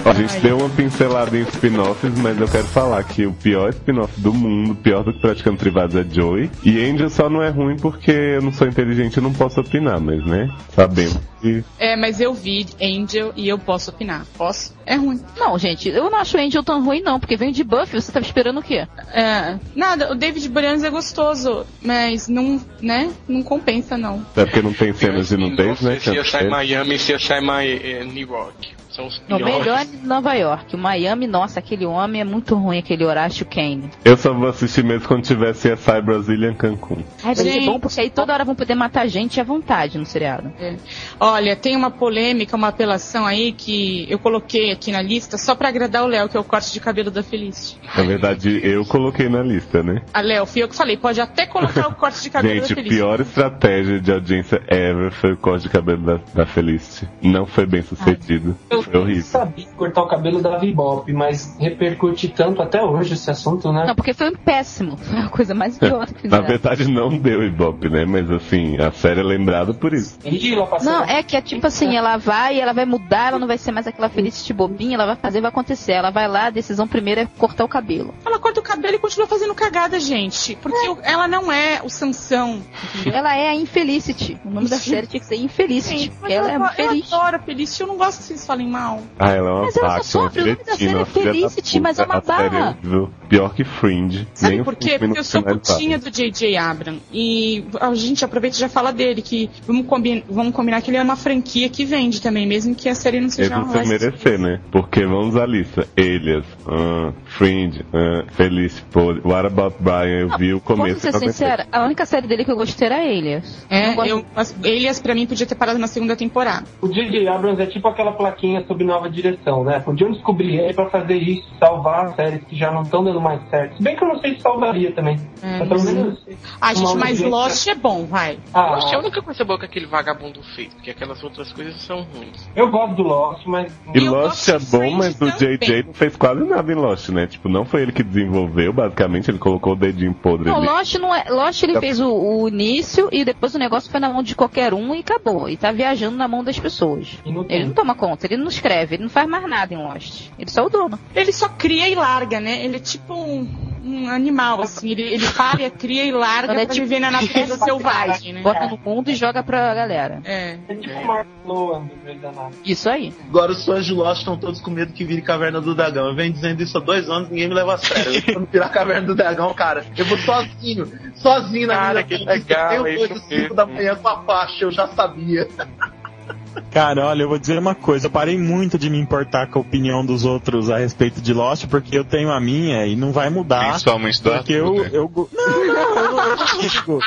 B: A gente deu uma pincelada em spin-offs, mas eu quero falar que o pior spin-off do mundo, pior do que Praticando Privados é Joey. E Angel só não é ruim porque eu não sou inteligente e não posso opinar, mas né, sabemos que...
A: É, mas eu vi Angel e eu posso opinar. Posso? É ruim.
F: Não, gente, eu não acho Angel tão ruim, não, porque vem de Buffy, você tava esperando o quê?
A: É, nada, o David Boreanaz é gostoso, mas não, né, não compensa não.
B: Até porque não tem cenas de nudez, né?
C: Se eu sair
B: Tanto faz.
C: Miami, se eu sair Miami, é, New York. São os
F: Não, melhor
C: piores.
F: em Nova York. O Miami, nossa, aquele homem é muito ruim, aquele Horácio Kane.
B: Eu só vou assistir mesmo quando tiver CSI Brasília em Cancún.
F: Ai, vai ser
A: Gente.
F: é bom, porque aí toda hora vão poder matar gente à vontade no seriado.
A: É. Olha, tem uma polêmica, uma apelação aí que eu coloquei aqui na lista só pra agradar o Léo, que é o corte de cabelo da Felicity.
B: Na verdade, eu coloquei na lista, né?
A: Ah, Léo, fui eu que falei, pode até colocar o corte de cabelo
B: Gente,
A: da
B: a
A: Felicity.
B: pior estratégia de audiência ever foi o corte de cabelo da, da Felicity. Não foi bem sucedido.
A: Eu
B: Foi horrível.
P: sabia que cortar o cabelo dava ibope, mas repercute tanto até hoje esse assunto, né?
F: Não, porque foi um péssimo. Foi a coisa mais idiota que
B: Na
A: né?
F: fizeram.
B: verdade não deu Ibope, né? Mas assim, a série é lembrada por isso.
F: Não, é que é tipo assim, ela vai, ela vai mudar, ela não vai ser mais aquela feliz bobinha, ela vai fazer, vai acontecer. Ela vai lá, a decisão primeira é cortar o cabelo.
A: Ela corta o cabelo e continua fazendo cagada, gente. Porque o- ela não é o Sansão.
F: Ela é a Infelicity. O nome da série tinha que ser Infelicity.
A: Sim, mas
F: Ela é
A: eu,
F: feliz.
A: Eu adoro a Felicity, eu não gosto que vocês falem mal.
B: Ah, ela é uma
A: Mas ela só
B: vaca, uma
A: sofre, o nome da
B: cretina,
A: série é
B: uma filha da
A: Felicity, mas é
B: puta,
A: uma
B: a série
A: barra.
B: horrível. Pior que Fringe.
A: Sabe
B: Nem
A: por
B: o
A: quê?
B: um filme
A: Porque
B: não
A: eu sou
B: tem mais
A: putinha
B: barra.
A: do J.J. Abrams. E a gente aproveita e já fala dele, que vamos, combi- vamos combinar que ele é uma franquia que vende também, mesmo que a série não
B: Eles
A: seja
B: não se
A: mais-
B: merecer, né? Porque vamos à lista. Elias, ah, Fringe, ah, Feliz Pode, What About Brian, eu vi o
F: Posso
B: começo.
F: ser
B: e não aguentei.
F: sincera? A única série dele que eu gostei era Elias.
A: É, eu, mas Elias pra mim podia ter parado na segunda temporada.
P: O J.J. Abrams é tipo aquela plaquinha sob nova direção, né? Podiam descobrir ele pra fazer isso, salvar as séries que já não estão dando mais certo. Se bem que eu não sei se salvaria também.
A: É,
P: Mas pelo
A: sim.
P: menos
A: Ah, gente,
P: Uma
A: mas
P: audiência.
A: Lost é bom, vai.
P: Ah.
C: Lost é a única coisa boa que aquele vagabundo fez, porque aquelas outras coisas são ruins.
P: eu gosto do Lost, mas.
B: E Lost é bom, mas o JJ não fez quase nada em Lost, né? Tipo, não foi ele que desenvolveu, basicamente, ele colocou o dedinho podre
F: Não,
B: ali.
F: Lost, não é, Lost ele fez o, o início e depois o negócio foi na mão de qualquer um e acabou. E tá viajando na mão das pessoas. Ele não toma conta, ele não escreve, ele não faz mais nada em Lost. Ele só é o dono.
A: Ele só cria e larga, né? Ele é tipo um, um animal, assim. Ele, ele para, cria e larga
F: Ele é
A: pra
F: tipo-
A: viver na natureza selvagem, né?
F: Bota no mundo e joga pra galera.
A: É.
P: tipo
F: Isso aí.
Q: Agora os fãs de Lost estão todos com medo que vire Caverna do Dragão. Eu venho dizendo isso há dois anos, ninguém me leva a sério. Quando virar Caverna do Dragão, cara, eu vou sozinho, sozinho na
J: Cara,
Q: minha
J: que
Q: Eu
J: legal, é
Q: tenho
J: isso
Q: dois às cinco da manhã com a faixa, eu já sabia.
D: Cara, olha, eu vou dizer uma coisa, eu parei muito de me importar com a opinião dos outros a respeito de Lost, porque eu tenho a minha e não vai mudar.
R: Principalmente
J: Tá,
R: da
D: Porque eu,
R: Arthur, né?
D: eu, go- Não, não, eu não eu não digo.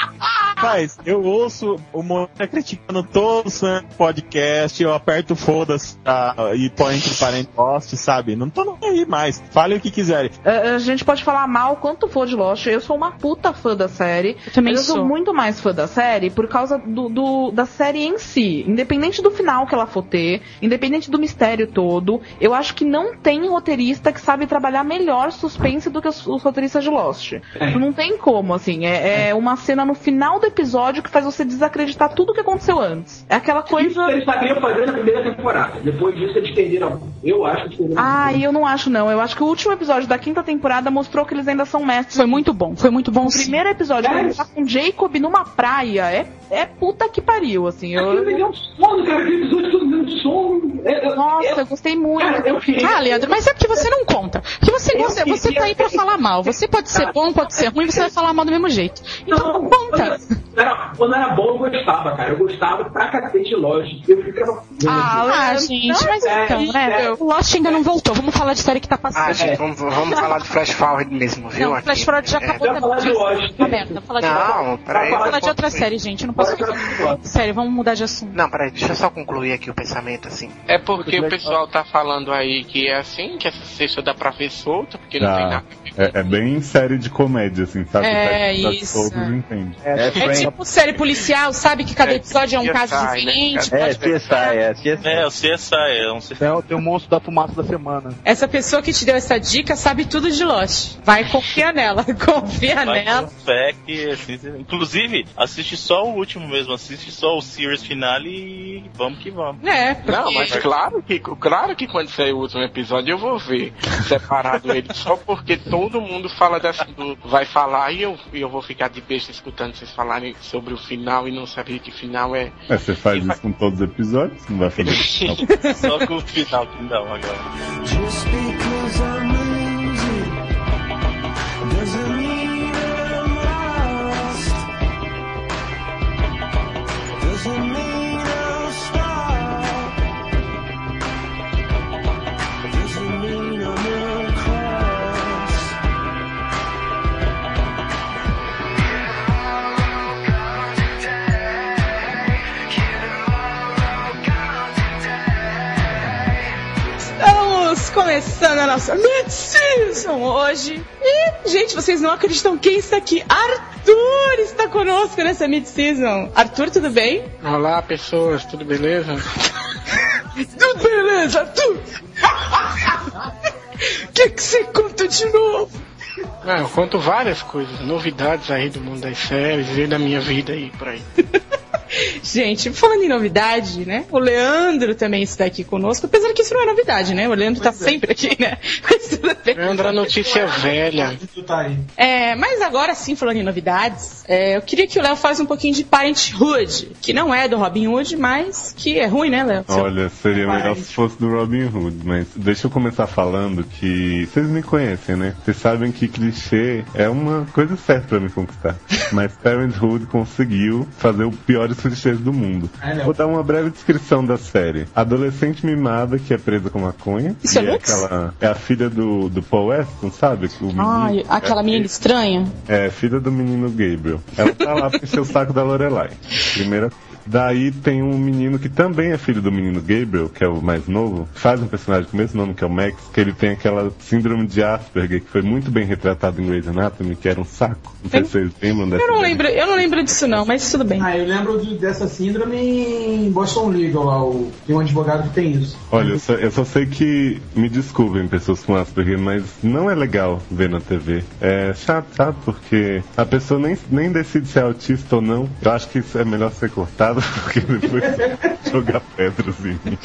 D: Mas eu ouço o Moita criticando todo o santo podcast, eu aperto o foda-se tá, e põe entre parênteses Lost, sabe? Não tô nem aí mais. Fale o que quiserem.
S: É, A gente pode falar mal quanto for de Lost. Eu sou uma puta fã da série. Eu
A: também
S: mas eu
A: sou.
S: sou muito mais fã da série por causa do, do- da série em si. Independente do final que ela for ter, independente do mistério todo, eu acho que não tem roteirista que sabe trabalhar melhor suspense do que os, os roteiristas de Lost. Não tem como, assim. É, é uma cena no final do episódio que faz você desacreditar tudo que aconteceu antes. É aquela coisa.
T: Eles sabiam fazer na primeira temporada. Depois disso eles perderam. Eu acho que perderam.
S: Ah, eu não acho não. Eu acho que o último episódio da quinta temporada mostrou que eles ainda são mestres.
A: Foi muito bom, foi muito bom.
S: O primeiro episódio, quando ele tá com Jacob numa praia, é, é puta que pariu, assim. Eu...
T: Aquele um sono, cara. Aquele episódio todo dando sono. É,
S: Nossa, eu gostei muito.
A: Ah, Leandro, mas é porque você não conta. Porque você
S: Eu
A: gosta, você
S: queria-
A: tá aí pra falar mal. Você pode ser bom, pode ser ruim, você vai falar mal do mesmo jeito. Então não conta.
T: Quando era, quando era bom, eu gostava, cara. Eu gostava pra cacete de loja. Eu ficava.
A: Ah, gente, mas então, né? O Lost ainda não voltou. Vamos falar de série que tá passando.
C: Ah, gente, vamos, vamos falar de Flash Forward mesmo, viu?
A: Não,
C: aqui?
A: Flash Forward já
C: É.
A: acabou também. Tá merda, falar de
C: Não, peraí.
A: Vamos falar de outra série, gente. Eu não posso falar de série, vamos mudar de assunto.
C: Não, peraí, deixa eu só concluir aqui o pensamento, assim. É porque o pessoal tá falando aí que é assim, que essa sexta dá pra ver solta, porque não tem
B: Tá.
C: nada.
B: É, é bem série de comédia, assim, sabe?
A: É,
B: Tá- tá-
A: isso.
B: Todos entendem.
A: É, tipo série policial, sabe que cada episódio é um caso
J: CSI, né?
A: diferente.
J: É,
A: pode-
J: CSI.
R: é,
J: É, o CSI, é um CSI.
N: É, tem o monstro da fumaça da semana.
A: Essa pessoa que te deu essa dica sabe tudo de Lost. Vai confiar nela, confia
J: Vai
A: nela.
J: com é fé que, assim, cê- inclusive, assiste só o último mesmo, assiste só o series finale e vamos que vamos.
A: É,
C: Não, mas claro que, claro que quando sair o último episódio eu vou ver separado ele, só porque todo mundo fala dessa, do- vai falar e eu, e eu vou ficar de besta escutando vocês falarem sobre o final e não saber que final é.
B: É, você faz isso com todos os episódios, não vai fazer isso. não.
J: Só com o final que não agora.
M: Just because I'm losing doesn't mean I'm lost. Doesn't mean I'll stop. Doesn't mean I'm across.
A: Estamos começando a nossa mid-season hoje. E, gente, vocês não acreditam quem está aqui. Arthur está conosco nessa mid-season. Arthur, tudo bem?
C: Olá pessoas, tudo beleza?
I: Tudo beleza, tudo. O que que você conta de novo?
C: Ah, eu conto várias coisas, novidades aí do mundo das séries e da minha vida aí por aí.
A: Gente, falando em novidade, né? O Leandro também está aqui conosco, apesar que isso não é novidade, né? O Leandro está
I: é.
A: sempre aqui, né?
C: Leandro, a notícia velha.
T: Tu tá aí.
A: É, mas agora sim, falando em novidades, é, eu queria que o Léo faz um pouquinho de Parenthood, que não é do Robin Hood, mas que é ruim, né, Léo?
B: Olha, seria melhor se fosse do Robin Hood, mas deixa eu começar falando que vocês me conhecem, né? Vocês sabem que clichê é uma coisa certa pra me conquistar. Mas Parenthood conseguiu fazer o pior clichês do mundo.
T: É, Léo.
B: Vou dar uma breve descrição da série. Adolescente mimada que é presa com maconha.
A: Isso é
B: E
A: Lux?
B: aquela- é a filha do, do Paul Weston, sabe? O menino-
A: Ai, aquela menina estranha.
B: é, filha do menino Gabriel. Ela tá lá pra encher o saco da Lorelai. Primeira Daí tem um menino que também é filho do menino Gabriel, que é o mais novo, faz um personagem com o mesmo nome que é o Max, que ele tem aquela síndrome de Asperger, que foi muito bem retratado em Grey's Anatomy, que era um saco. Não sei se vocês lembram dessa
A: um- Eu não lembro, eu não lembro disso não, mas tudo bem.
T: Ah, eu lembro de- dessa síndrome em Boston Legal lá. o- Tem um advogado que tem isso.
B: Olha, eu só, eu só sei que me desculpem pessoas com Asperger, mas não é legal ver na TV. É chato, sabe? Porque a pessoa nem, nem decide se é autista ou não. Eu acho que isso é melhor ser cortado, porque depois jogar pedras em mim.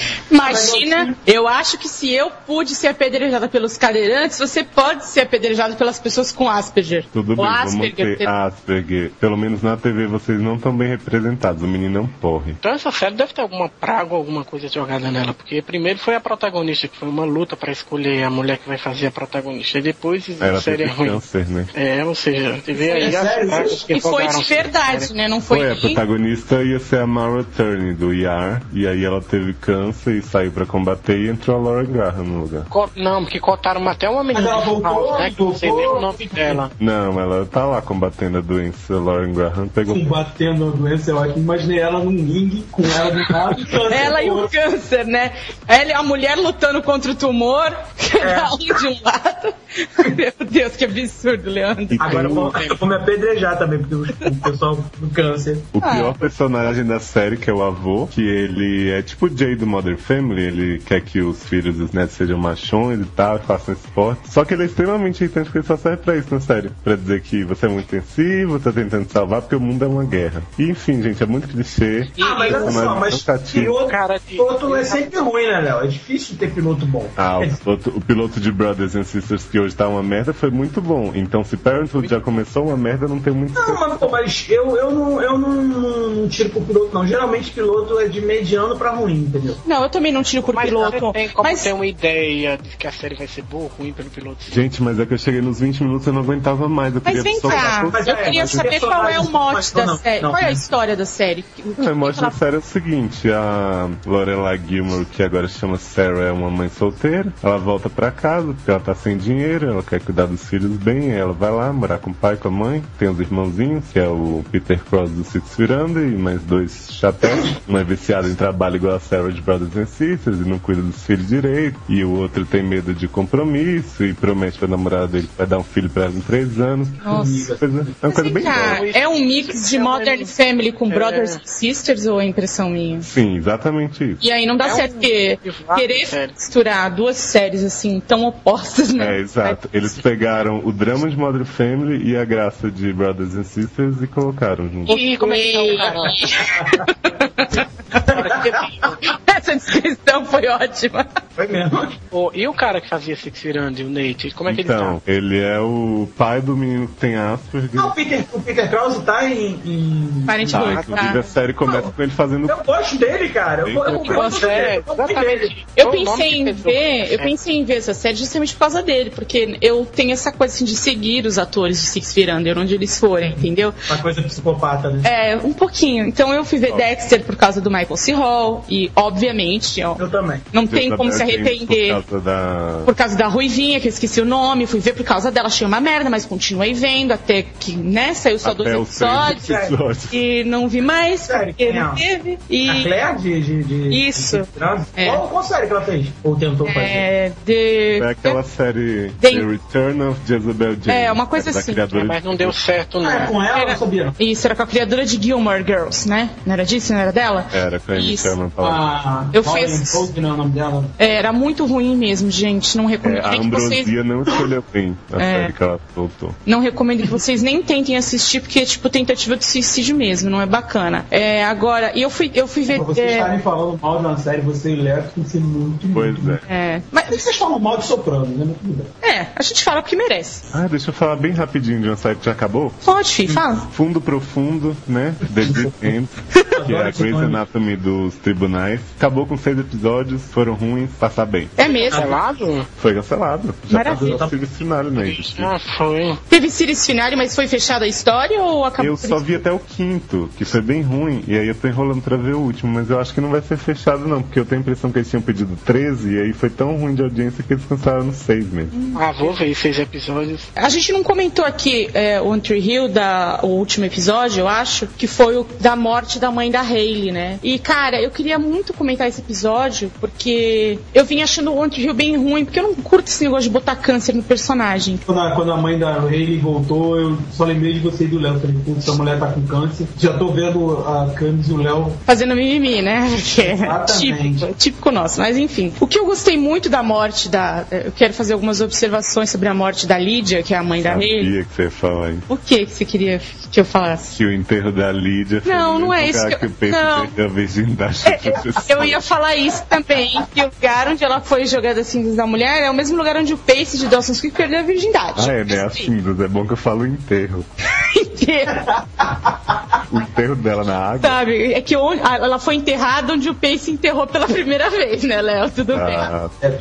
A: Imagina, eu acho que se eu pude ser apedrejada pelos cadeirantes, você pode ser apedrejado pelas pessoas com Asperger.
B: Tudo
A: Ou
B: bem, vamos
A: Asperger.
B: ter Asperger. Pelo menos na TV vocês não estão bem representados. O menino não porre.
C: Então essa série deve ter alguma praga ou alguma coisa jogada nela, porque primeiro foi a protagonista, que foi uma luta pra escolher a mulher que vai fazer a protagonista, e depois a
B: Ela
C: série é
B: teve
C: ruim.
B: câncer, né?
C: É, ou seja, teve aí as pragas que
A: e foi
C: jogaram
A: de
C: sobre a
A: verdade,
C: série.
A: né? Não foi,
B: a
A: nem-
B: protagonista ia ser a Mara Turney do ER, e aí ela teve câncer e saiu pra combater e entrou a Laura Graham no lugar.
C: Co- Não, porque cotaram até uma menina
T: ela
C: de
T: voltou,
C: House, né? Que não sei nem o nome dela.
B: Não, ela tá lá combatendo a doença. Lauren Graham pegou.
T: Combatendo a doença, eu acho. Imaginei ela num ringue com ela do lado. e câncer.
A: Ela e o câncer, né? Ela é a mulher lutando contra o tumor, cada um de um lado. Meu Deus, que absurdo, Leandro.
T: Agora eu vou, eu vou me apedrejar também, porque o o pessoal do câncer.
B: O pior personagem da série, que é o avô, que ele é tipo o Jay do Modern Family, ele quer que os filhos dos netos sejam machões e tal, façam esporte. Só que ele é extremamente irritante porque ele só serve pra isso na série. Pra dizer que você é muito intensivo, tá tentando salvar porque o mundo é uma guerra. E, enfim, gente, é muito clichê.
T: Ah, mas olha só,
B: Personagem
T: mas
B: cansativo.
T: piloto, piloto é sempre ruim, né, Léo? É difícil ter piloto bom.
B: Ah, o piloto, o piloto de Brothers and Sisters que hoje tá uma merda foi muito bom. Então, se Parenthood já começou uma merda, não tem muito
T: Não, mas, pô, mas eu, eu, não, eu não, não- não tiro pro piloto, não. Geralmente piloto é de mediano pra ruim, entendeu?
A: Não, eu também não tiro por
C: Mas
A: piloto.
C: você tem como ter um uma ideia de que a série vai ser boa ou ruim pelo piloto?
B: Gente, mas é que eu cheguei nos 20 minutos e eu não aguentava mais. Eu
A: Mas
B: queria
A: vem
B: socar
A: cá,
B: todo
A: eu
B: mundo.
A: queria saber qual é o mote da
B: não,
A: série.
B: não.
A: Qual é a história da série? O que-
B: O mote da série é o seguinte, a Lorelai Gilmore, que agora se chama Sarah, é uma mãe solteira, ela volta pra casa porque ela tá sem dinheiro, ela quer cuidar dos filhos bem, aí ela vai lá morar com o pai, com a mãe, tem os irmãozinhos, que é o Peter Cross do Six Firanda e mais dois chapéus, um é viciado em trabalho igual a Sarah de Brothers and Sisters e não cuida dos filhos direito, e o outro tem medo de compromisso e promete pra namorada dele que vai dar um filho pra ela em três anos.
A: Nossa.
B: Coisa- é uma coisa bem
A: Ah,
B: boa.
A: é um mix de Modern Family com
B: É.
A: Brothers and Sisters ou é impressão minha?
B: Sim, exatamente isso.
A: E aí não dá certo porque querer misturar duas séries assim tão opostas, né?
B: É, exato. Eles pegaram o drama de Modern Family e a graça de Brothers and Sisters e colocaram junto.
C: E como é que tá o cara?
A: Essa descrição foi ótima.
T: Foi É mesmo.
C: e o cara que fazia Six Firandi, o Nate, como é que
B: Então, ele é o pai do menino que tem Asperger.
T: Ah, o Peter, o Peter Krause tá em. em...
B: Tá, inclusive a série começa com ele fazendo.
T: Eu gosto dele, cara. Eu, eu, eu,
B: Bem-
T: gosto
B: Você é,
T: dele. Eu gosto dele.
A: Eu pensei em ver,
C: É,
A: eu pensei em ver essa série justamente por causa dele, porque eu tenho essa coisa assim de seguir os atores de Six Feet Under onde eles forem, entendeu?
T: Uma coisa psicopata, né?
A: É, um pouquinho. Então eu fui ver
T: Ó.
A: Dexter por causa do Michael C. Hall e obviamente, ó,
T: Eu também.
A: não tem como se
B: Isabel James
A: arrepender.
B: tá Por causa da...
A: Por causa da Ruivinha, que eu esqueci o nome, fui ver por causa dela, achei uma merda, mas continuei vendo até que, né, saiu só
B: Até
A: dois
B: os seis
A: episódios.
B: episódios.
A: E não vi mais, porque não
T: não.
A: teve.
T: A
A: E.
T: Claire de. de, de
A: Isso.
T: de Krause?
A: É.
T: Qual, qual série que ela fez? Ou tentou fazer?
A: É, de...
B: É aquela série
A: Tem-
B: The Return of Jezebel James.
A: É, uma coisa
B: da
A: assim.
B: criadora de-
C: não deu certo, não.
A: Ah, é
T: com ela, eu sabia.
A: Isso, era com a criadora de Gilmore Girls, né? Não era disso? Não era dela?
B: Era, com a Amy
A: Isso. Ah,
T: Ah,
B: Sherman falando.
A: Eu fiz.
T: Ambrose, não é o nome dela.
A: É, era muito ruim mesmo, gente. Não recomendo
B: É, a
A: nem que
B: Ambrosia
A: vocês.
B: não escolheu bem a
A: É.
B: série que ela soltou.
A: Não recomendo que vocês nem tentem assistir, porque é tipo tentativa de suicídio mesmo, não é bacana. É, agora, e eu fui, eu fui ver.
T: Pra vocês
A: é,
T: estarem falando mal de uma série, você e o Léo tem que ser muito. Pois
B: é.
A: é, mas
T: vocês falam mal de Soprano, né? Mas tudo bem.
A: é, a gente fala porque merece.
B: Ah, deixa eu falar bem rapidinho de uma série que já acabou.
A: Pode, Fih, fala.
B: Fundo Profundo, né? The Deep End, que é a Grey's Anatomy dos tribunais. Acabou com seis episódios, foram ruins, passar bem.
A: É mesmo.
C: Cancelado?
B: Foi cancelado. Já tá
A: Maravilha.
B: passou o final, né?
C: Ah, foi.
A: Teve series finale, mas foi fechada a história ou acabou?
B: Eu
A: tá por
B: só
A: isso?
B: vi até o quinto, que foi bem ruim, e aí eu tô enrolando pra ver o último, mas eu acho que não vai ser fechado não, porque eu tenho a impressão que eles tinham pedido 13, e aí foi tão ruim de audiência que eles cancelaram no 6 mesmo.
C: Ah, vou ver seis episódios.
A: A gente não comentou aqui é, o One Tree Hill, da, o último episódio, eu acho, que foi o da morte da mãe da Hayley, né? E, cara, eu queria muito comentar esse episódio, porque eu vim achando o One Tree Hill bem ruim, porque eu não curto esse negócio de botar câncer no personagem.
T: Quando a, quando a mãe da Hayley voltou, eu só lembrei de você e do Léo. Falei, putz, essa mulher tá com câncer. Já tô vendo a Camis e o Léo.
A: Fazendo mimimi, né? Porque é típico, típico nosso. Mas enfim. O que eu gostei muito da morte da. é, Eu quero fazer algumas observações sobre a morte da Lídia, que é a mãe da Hayley.
B: Sabia que você ia falar, hein?
A: O que, que você queria que eu falasse?
B: Que o enterro da Lídia foi
A: Não,
B: o
A: não é
B: lugar
A: isso que eu-
B: o Peyton
A: não. É,
B: perdeu a virgindade da pessoa.
A: Eu ia falar isso também, que o lugar onde ela foi jogada as cinzas da mulher é o mesmo lugar onde o Pace de Dawson's Creek perdeu a virgindade.
B: Ah, é, né? As cinzas. É bom que eu falo o enterro. O enterro dela na água.
A: Sabe, é que onde- ah, ela foi enterrada onde o Pace enterrou pela primeira vez, né, Léo? Tudo bem.
B: Ah,
T: É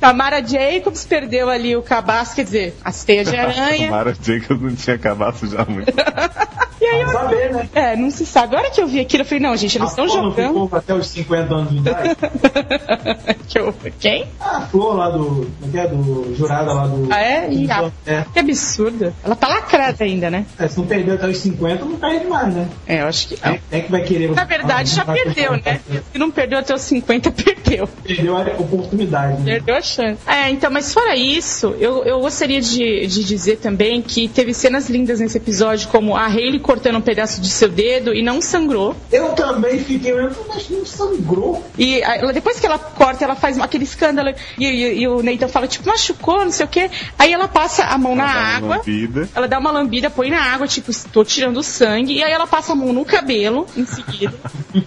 A: Tamara Jacobs perdeu ali o cabaço, quer dizer, as teias de aranha.
B: Mara Jacobs não tinha cabaço já há muito.
A: e aí, eu...
T: né?
A: É, não se sabe. A hora que eu vi aquilo, eu falei, não, gente,
T: Ah,
A: eles estão jogando.
T: Ficou até os 50 anos de idade.
A: que eu... Quem?
T: A flor lá do. Como é que é? Do jurada lá do.
A: Ah, é? Ih, ah,
T: É.
A: Que absurdo. Ela tá lacrada ainda, né?
T: É, se não perdeu até os 50, não perde mais, né?
A: É, eu acho que
T: não. Quem é Ah, que vai querer?
A: Na verdade, já perdeu, né? Se não perdeu até os 50, perdeu.
T: Perdeu a oportunidade. Né?
A: Perdeu a chance. É, então, mas fora isso, eu, eu gostaria de, de dizer também que teve cenas lindas nesse episódio, como a Hayley cortando um pedaço de seu dedo e não sangrou.
T: Eu também fiquei olhando, mas não sangrou.
A: E a- ela- depois que ela corta, ela faz aquele escândalo e, e- e o Nathan fala, tipo, machucou, não sei o quê. Aí ela passa a mão na água.
B: Lambida.
A: Ela dá uma lambida, põe na água, tipo, estou tirando sangue. E aí ela passa a mão no cabelo, em seguida.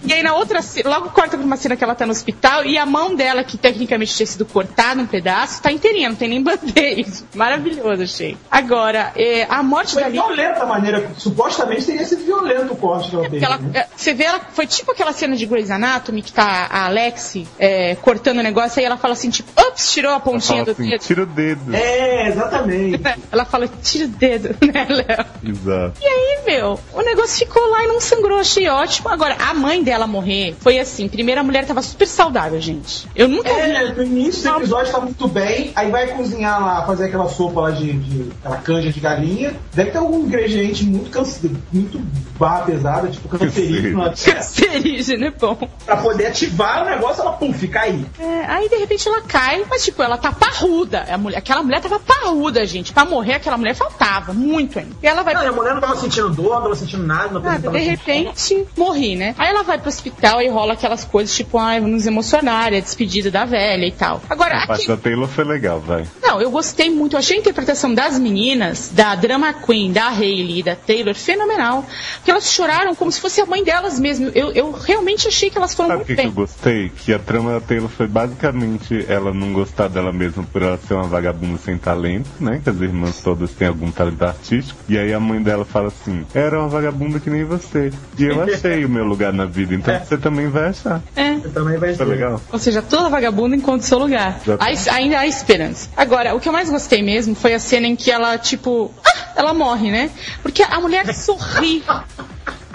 A: e aí na outra ce- logo corta pra uma cena que ela tá no hospital e a mão dela, que tecnicamente tinha sido cortada um pedaço, tá inteirinha, não tem nem band-aid. Maravilhoso, achei. Agora, é, a morte
T: Foi
A: da Lily-
T: violenta a maneira. Supostamente teria sido violento o corte que ela teve. né?
A: porque ela- é, você vê ela. Foi tipo aquela cena de Grey's Anatomy que tá a Alexi é, cortando o negócio, aí ela fala assim, tipo, ups, tirou a
B: Ela fala
A: pontinha do
B: assim,
A: dedo.
B: tira o dedo.
T: É, exatamente.
A: Ela fala, tira o dedo, né, Léo?
B: Exato.
A: E aí, meu, o negócio ficou lá e não sangrou, achei ótimo. Agora, a mãe dela morrer foi assim: primeiro, a mulher tava super saudável, gente. Eu nunca
T: É, né, no início do episódio tá muito bem, aí vai cozinhar lá, fazer aquela sopa lá de, de- aquela canja de galinha. Deve ter algum ingrediente muito canse, muito barra pesada, tipo cancerígeno. lá.
A: Cancerígeno é bom.
T: Pra poder ativar o negócio, ela pum, fica aí.
A: É, aí de repente ela cai, mas tipo, ela tá parruda. A mulher, aquela mulher tava parruda, gente. Pra morrer, aquela mulher faltava muito ainda. E ela vai.
T: Não, e É, a mulher não tava sentindo dor, não tava sentindo nada, não
A: Nada,
T: tava
A: de
T: sentindo-
A: repente, morri, né? Aí ela vai pro hospital e rola aquelas coisas tipo, ai, vamos emocionar, é despedida da velha e tal. Agora,
B: A parte da Taylor foi legal, vai.
A: Não, eu gostei muito. Eu achei a interpretação das meninas, da Drama Queen, da Hayley e da Taylor, fenomenal. Porque elas choraram como se fosse a mãe delas mesmo. Eu, eu realmente achei que elas foram
B: Sabe o
A: muito
B: que, que eu
A: bem.
B: gostei? Que a trama da Taylor foi basicamente ela não gostar dela mesma por ela ser uma vagabunda sem talento, né? Que as irmãs todas têm algum talento artístico. E aí a mãe dela fala assim: era uma vagabunda que nem você. E eu achei o meu lugar na vida, então você também vai achar.
A: É.
T: Também vai
B: Tá legal?
A: Ou seja, toda vagabunda encontra seu lugar.
B: Exatamente.
A: Há- ainda há esperança. Agora, o que eu mais gostei mesmo foi a cena em que ela, tipo, ah, ela morre, né? Porque a mulher sorri.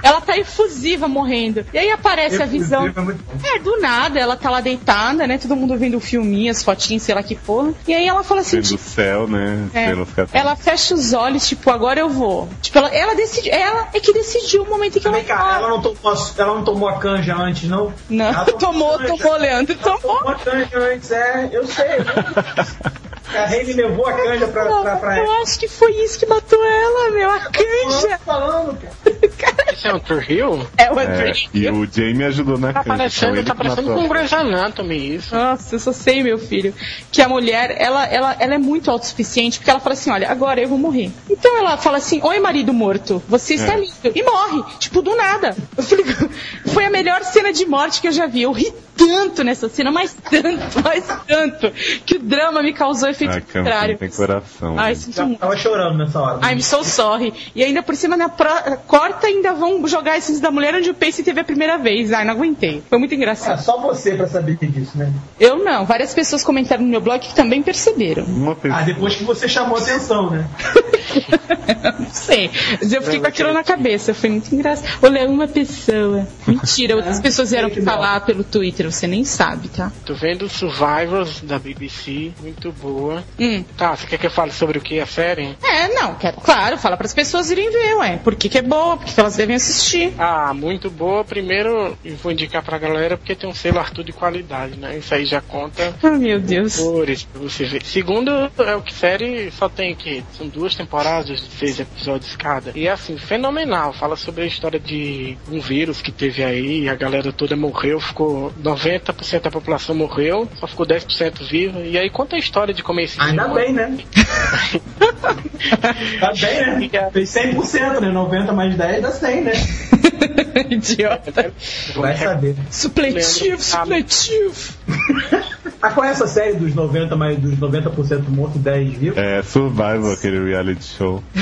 A: Ela tá efusiva morrendo. E aí aparece a visão.
T: Efusiva é muito
A: É, do nada, ela tá lá deitada, né? Todo mundo vendo o filminho, as fotinhas, sei lá que porra. E aí ela fala assim,
B: Vendo o céu, né?
A: É.
B: Taylor fica assim.
A: Ela fecha os olhos, tipo, agora eu vou. Tipo, ela, ela decide, ela é que decidiu o momento em que ela
T: Cara, ela não, tomou, a- ela não tomou a canja antes, não?
A: Não,
T: Ela
A: tomou, tomou, Leandro, tomou.
T: a canja antes, é, eu sei. A Hayley levou a canja pra, pra, pra
C: é
A: Eu acho que foi isso que matou ela, meu, a canja.
T: falando, cara.
C: Esse é o Hill?
I: É o
B: É, e o Jamie ajudou na
A: Tá
B: canja,
A: parecendo-
B: então
A: tá
B: ele que
A: parecendo
B: matou
A: com
B: a-
A: um
C: Grey's Anatomy isso.
A: Nossa, eu só sei, meu filho, que a mulher, ela, ela, ela é muito autossuficiente, porque ela fala assim, olha, agora eu vou morrer. Então ela fala assim, oi marido morto, você está
I: É.
A: lindo. E morre, tipo, do nada. Eu falei, foi a melhor cena de morte que eu já vi. Eu ri tanto nessa cena, mas tanto, mas tanto, que o drama me causou
B: Ah,
A: efeito
B: Campos, não
A: contrário.
B: tem coração.
A: Ai, sinto muito.
T: Tava chorando nessa hora.
A: I'm so sorry. E ainda por cima, na pro- corta, ainda vão jogar esses da mulher onde o Pace teve a primeira vez. Ai, não aguentei. Foi muito engraçado.
T: É, só você pra saber disso, né?
A: Eu não. Várias pessoas comentaram no meu blog que também perceberam.
T: Ah, depois que você chamou atenção, né?
A: Não sei. Mas eu fiquei com aquilo na cabeça. Foi muito engraçado. Olha, uma pessoa. Mentira, outras pessoas vieram falar pelo Twitter. Você nem sabe, tá?
C: Tô vendo Survivors da BBC, muito boa.
A: Hum.
C: Tá, você quer que eu fale sobre o que a série?
A: É, não. Quero, claro, fala pras pessoas irem ver, ué. Por que, que é boa? Por que, que elas devem assistir?
C: Ah, muito boa. Primeiro, eu vou indicar pra galera porque tem um selo Arthur de qualidade, né? Isso aí já conta.
A: Ah, meu Deus.
C: Cores pra você ver. Segundo, é o que série só tem que são duas temporadas de seis episódios cada. E é assim, fenomenal. Fala sobre a história de um vírus que teve aí, a galera toda morreu, ficou 90% da população morreu, só ficou 10% viva. E aí conta a história de como esse
T: Ainda
C: demônio-
T: bem, né? Tá bem, né? Fez 100%, né? 90 mais 10 dá 100, né?
A: Idiota.
T: Vai saber.
A: Supletivo,
C: Ah,
A: supletivo.
T: Mas qual é essa série dos 90 mais dos 90% morto e 10 vivos?
B: É, Survival, aquele reality show.
C: um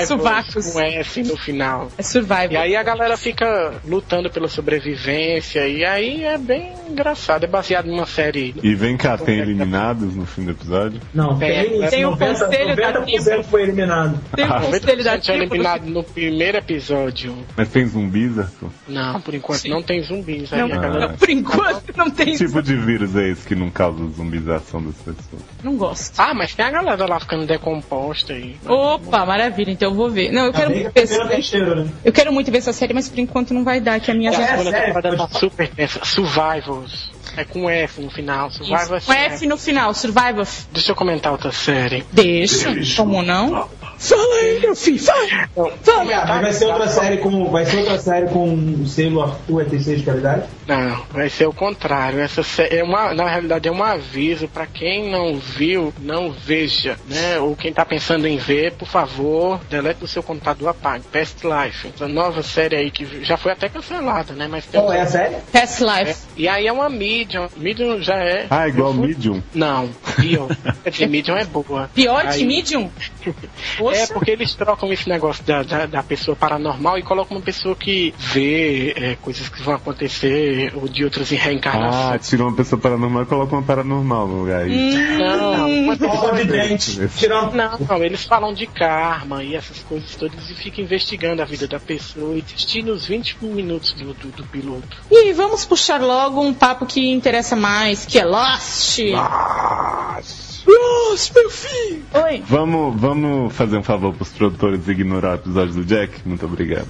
T: né?
C: Suvacos. Com S no final.
A: É survival.
C: E aí a galera fica lutando pela sobrevivência. E aí é bem engraçado. É baseado numa série.
B: E vem cá, tem eliminados no fim do episódio?
T: Não,
C: tem- tem o
T: 90,
C: conselho da
T: 90% foi eliminado.
C: ah,
B: Tem o conselho da
C: tinha
T: tipo,
B: tribuna.
C: eliminado no primeiro episódio.
B: Mas tem zumbis, Arthur?
C: Não, por enquanto não tem zumbis.
B: Não,
C: Aí a né, galera...
B: não,
A: por enquanto não tem
B: Que tipo de vírus é esse que não causa zumbização das pessoas?
A: Não gosto.
C: Ah, mas tem a galera lá ficando decomposta aí.
A: Opa, maravilha, então eu vou ver. Não, eu quero
T: Tá
C: bem,
A: muito
C: a
A: ver
C: primeira
A: essa
C: tem cheiro,
A: série.
C: né?
A: Eu quero muito ver essa série, mas por enquanto não vai dar, que a minha
C: E
A: já
C: a segunda temporada tá super tensa. Survivors. É com F no final. Survivor
A: Com F no final, Survivor.
C: Deixa eu comentar outra série.
A: Deixa, como não? Fala aí, meu filho, fala! fala.
T: Ah, Mas vai ser outra série com. Vai ser outra série com o selo Arthur ETC de qualidade?
C: Não, vai ser o contrário. Essa sé- é uma, na realidade é um aviso para quem não viu, não veja, né? Ou quem tá pensando em ver, por favor, delete o seu computador, apague. Past Life, essa nova série aí que já foi até cancelada, né? Mas
T: Qual é a série?
A: Past Life.
C: e aí é uma Medium. Medium já é.
B: Ah, igual Medium?
C: Não, pior. Quer dizer, Medium é boa.
A: Pior
C: Aí-
A: que Medium?
C: É porque eles trocam esse negócio da, da, da pessoa paranormal e colocam uma pessoa que vê é, coisas que vão acontecer ou de outras reencarnações.
B: Ah, tira uma pessoa paranormal e coloca uma paranormal no lugar. aí.
A: Hum.
C: Não, uma pessoa
T: é
C: de
B: dente.
T: Tirando.
C: Não, não, eles falam de karma e essas coisas todas e ficam investigando a vida da pessoa e assistindo os 20 minutos do, do, do piloto.
A: E vamos puxar logo um papo que interessa mais, que é Lost. Lost, meu filho! Oi.
B: Vamos, vamos fazer um favor pros produtores e ignorar o episódio do Jack? Muito obrigado.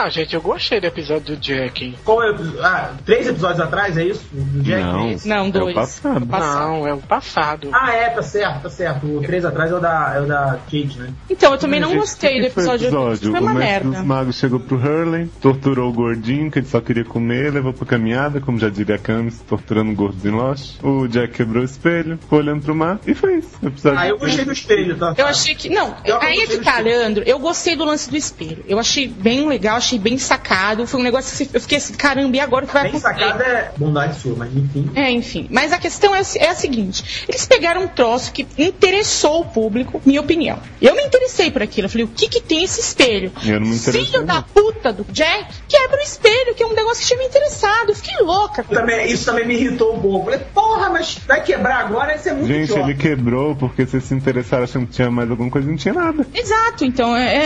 C: Ah, gente, eu gostei do episódio do Jack. hein?
T: Qual é o episódio? Ah, três episódios atrás, é isso? Do Jack?
B: Não.
T: É isso?
B: Não, É o dois. passado.
C: Não, é o passado.
T: Ah, é, tá certo, tá certo. O três atrás é o da, é o da Kate, né?
A: Então, eu também não
B: Gente,
A: gostei do
B: que que foi o
A: episódio.
B: episódio?
A: Foi
B: O
A: uma
B: mestre
A: merda.
B: dos magos chegou pro Hurley, torturou o gordinho, que ele só queria comer, levou pra caminhada, como já diria a Camis, torturando o gordo em Lost. O Jack quebrou o espelho, ficou olhando pro mar e foi isso. O episódio
T: Ah, eu gostei do espelho, tá?
A: Eu achei que. Não, aí é que tá, Leandro. Eu gostei do lance do espelho. Eu achei bem legal, achei bem sacado. Foi um negócio que eu fiquei assim, caramba, e agora o que vai
T: Bem
A: acontecer?
T: sacada é bondade sua, mas enfim.
A: É, enfim. Mas a questão é, é a seguinte: eles pegaram um troço que interessou o público, minha opinião. Eu me interessei por aquilo. Eu falei, o que que tem esse espelho?
B: Eu não me interessei,
A: Filho da puta do Jack, quebra o espelho, que é um negócio que tinha me interessado. Eu fiquei louca.
T: Eu também- isso também me irritou um pouco. Falei, porra, mas vai quebrar agora? Isso é muito
B: Gente,
T: idiota.
B: ele quebrou porque vocês se interessaram achando que tinha mais alguma coisa não tinha nada.
A: Exato, então é,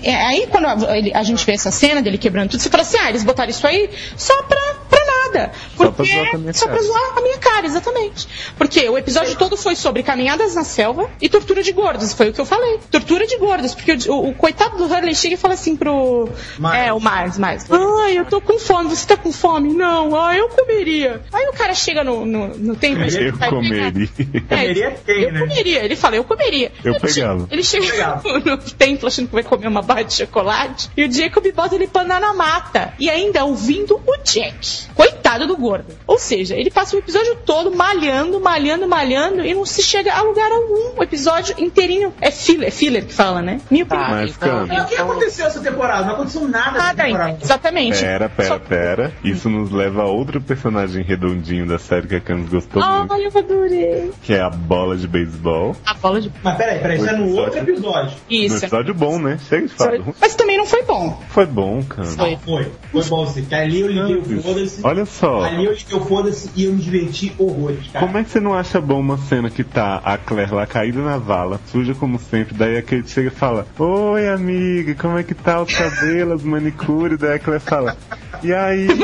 A: é- é- aí quando a, ele- a gente vê essa cena dele quebrando tudo, você fala assim, ah, eles botaram isso aí só pra, pra nada. nada.
D: Só pra
A: Porque-
D: zoar com a minha
A: só pra
D: cara.
A: zoar a minha cara, exatamente. Porque o episódio todo foi sobre caminhadas na selva e tortura de gordos, foi o que eu falei. Tortura de gordos, porque o, o- o coitado do Hurley chega e fala assim pro... É, o Mars, Mars. Ai, eu tô com fome, você tá com fome? Não, ah, eu comeria. Aí o cara chega no, no, no tempo... e
B: Eu
A: vai pegar- É,
B: comeria.
A: Comeria
T: né?
A: eu comeria, ele fala, eu comeria.
B: né? Eu
A: Ele che-
B: pegava.
A: Ele chega no, no templo achando que vai comer uma barra de chocolate e o Jacob bota ele pra andar na mata. E ainda ouvindo o Jack. Coitado do gordo. Ou seja, ele passa o episódio todo malhando, malhando, malhando e não se chega a lugar algum. O episódio inteirinho é filler, é filler que fala, né? Minha
C: Tá,
A: opinião.
B: Mas,
C: então,
T: O que aconteceu essa temporada? Não aconteceu nada.
A: Nada ainda. Exatamente.
B: Tá. Pera, pera, pera. Isso nos leva a outro personagem redondinho da série que a Camis gostou muito,
A: Ai, eu adorei.
B: que é a bola de beisebol.
A: A bola de.
T: Mas peraí, peraí, isso é no
B: Episódio-
T: outro episódio.
B: Um episódio bom, né? Chega de falar. ruim.
A: Mas também não foi bom.
B: Foi bom, cara.
T: Não, foi. Foi bom sim. Que ali eu liguei o foda-se.
B: Olha só.
T: Ali eu liguei o foda-se e eu me diverti horrores, cara.
B: Como é que você não acha bom uma cena que tá a Claire lá caída na vala, suja como sempre, daí a Kate chega e fala, Oi amiga, como é que tá os cabelos, manicure? Daí a Claire fala, E aí?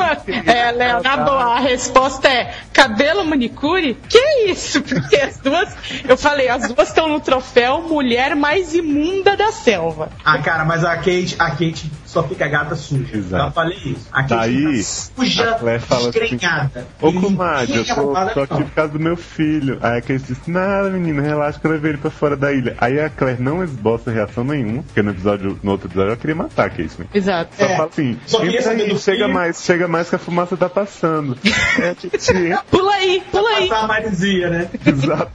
A: É, Léo, na boa, a resposta é cabelo manicure? Que isso? Porque as duas, eu falei, as duas estão no troféu mulher mais imunda da selva.
T: Ah, cara, mas a Kate, a Kate só fica gata suja. Já falei isso. A Kate
B: Daí,
T: fica suja,
B: a Claire fala assim,
T: desgrenhada.
B: Ô comadre, eu tô,
T: Desgrenhada,
B: tô aqui
T: não.
B: por causa do meu filho. Aí a Kate disse, nada menina, relaxa que eu levei ele pra fora da ilha. Aí a Claire não esboça reação nenhuma, porque no episódio, no outro episódio ela queria matar a Kate, né?
A: Exato.
B: Só fala assim,
T: É. Só queria
B: entra
T: saber
B: aí,
T: do
B: chega
T: filho."
B: mais, chega mais que a fumaça tá passando. É, titia.
A: Pula aí, pula aí.
T: Passar a maresia, né?
B: Exato.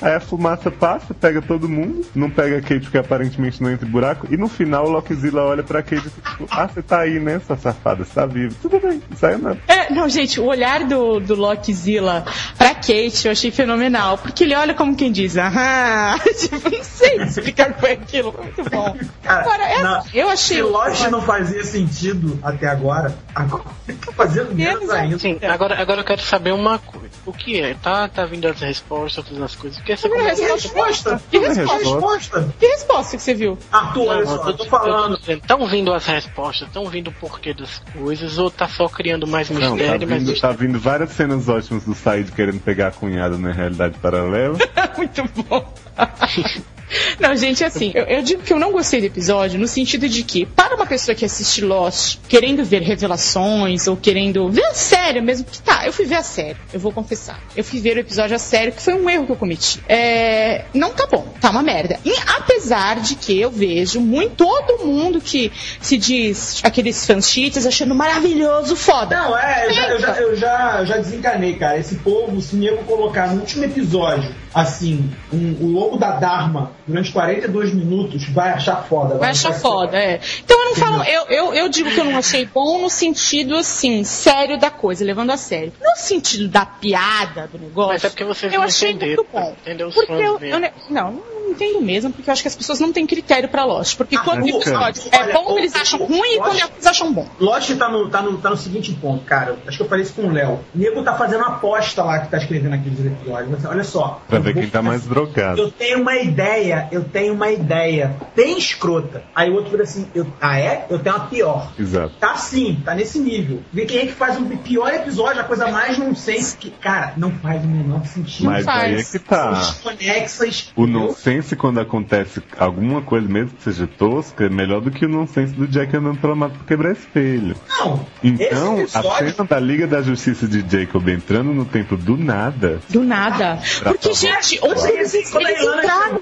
B: Aí a fumaça passa, pega todo mundo, não pega a Kate porque aparentemente não entra em buraco, e no final o Lockzilla olha pra Kate e diz, tipo, ah, você tá aí, né, sua safada, você tá vivo. Tudo bem, não saiu nada.
A: É, não, gente, o olhar do, do Lockzilla pra Kate eu achei fenomenal. Porque ele olha como quem diz, aham, tipo, não sei explicar com aquilo. foi Muito bom. Agora, essa,
T: Não,
A: eu achei.
T: Se Lost não fazia sentido até agora, agora tá fazendo menos ainda.
C: Sim, agora, agora eu quero saber uma coisa. O que é? Tá, tá vindo as respostas, todas as coisas. O que é essa
A: Que
C: conversa?
A: resposta? Que resposta? Que resposta que você viu?
T: Arthur, olha só, eu tô falando.
C: Estão vindo as respostas, estão vindo o porquê das coisas, ou tá só criando mais
B: Não, tá
C: mistério, mais
B: vindo, tá vindo várias cenas ótimas do Said querendo pegar a cunhada na realidade paralela.
A: Não, gente, assim, eu, eu digo que eu não gostei do episódio no sentido de que, para uma pessoa que assiste Lost, querendo ver revelações ou querendo ver a série mesmo, que tá, eu fui ver a série, eu vou confessar. Eu fui ver o episódio a sério, que foi um erro que eu cometi. É, não tá bom, tá uma merda. E apesar de que eu vejo muito todo mundo que se diz aqueles fãs cheats achando maravilhoso, foda.
T: Não, é, eu já, eu, já, eu, já, eu já desencanei, cara. Esse povo, se nego colocar no último episódio, assim, um- o lobo da Dharma durante 42 minutos, vai achar foda.
A: Vai achar foda, é. Então eu não falo, eu, eu, eu digo que eu não achei bom no sentido assim, sério da coisa, levando a sério. No sentido da piada do negócio.
C: Mas é porque vocês
A: eu
C: não
A: achei
C: entenderam,
A: muito bom.
C: entendeu? Os
A: Porque
C: fãs
A: eu,
C: mesmo.
A: eu ne- não, não entendo mesmo, porque eu acho que as pessoas não têm critério pra Lost. Porque quando o
T: nunca.
A: episódio é bom, eles acham ruim e quando é eles acham bom.
T: Lost tá no, tá, no, tá no seguinte ponto, cara. Acho que eu falei isso com o Léo. O nego tá fazendo uma aposta lá que tá escrevendo aqueles episódios. Olha só,
B: Pra ver quem tá mais drogado.
T: assim, Eu tenho uma ideia, eu tenho uma ideia bem escrota. Aí o outro vira assim, eu, ah é? Eu tenho uma pior.
B: Exato.
T: Tá sim, tá nesse nível. Vê quem é que faz o pior episódio, a coisa mais nonsense que, cara, não faz o menor sentido.
B: Mas aí é que tá.
T: Conexas.
B: O nonsense quando acontece alguma coisa mesmo que seja tosca é melhor do que o nonsense do Jack andando pela mata pra quebrar espelho.
T: Não.
B: Então,
A: esse
B: a
A: episódio-
B: cena da Liga da Justiça de Jacob entrando no templo do nada.
A: Do nada.
B: Pra
A: Porque,
B: salvar
A: gente,
B: o
A: onde
B: quadro.
T: assim,
A: eles, eles entraram?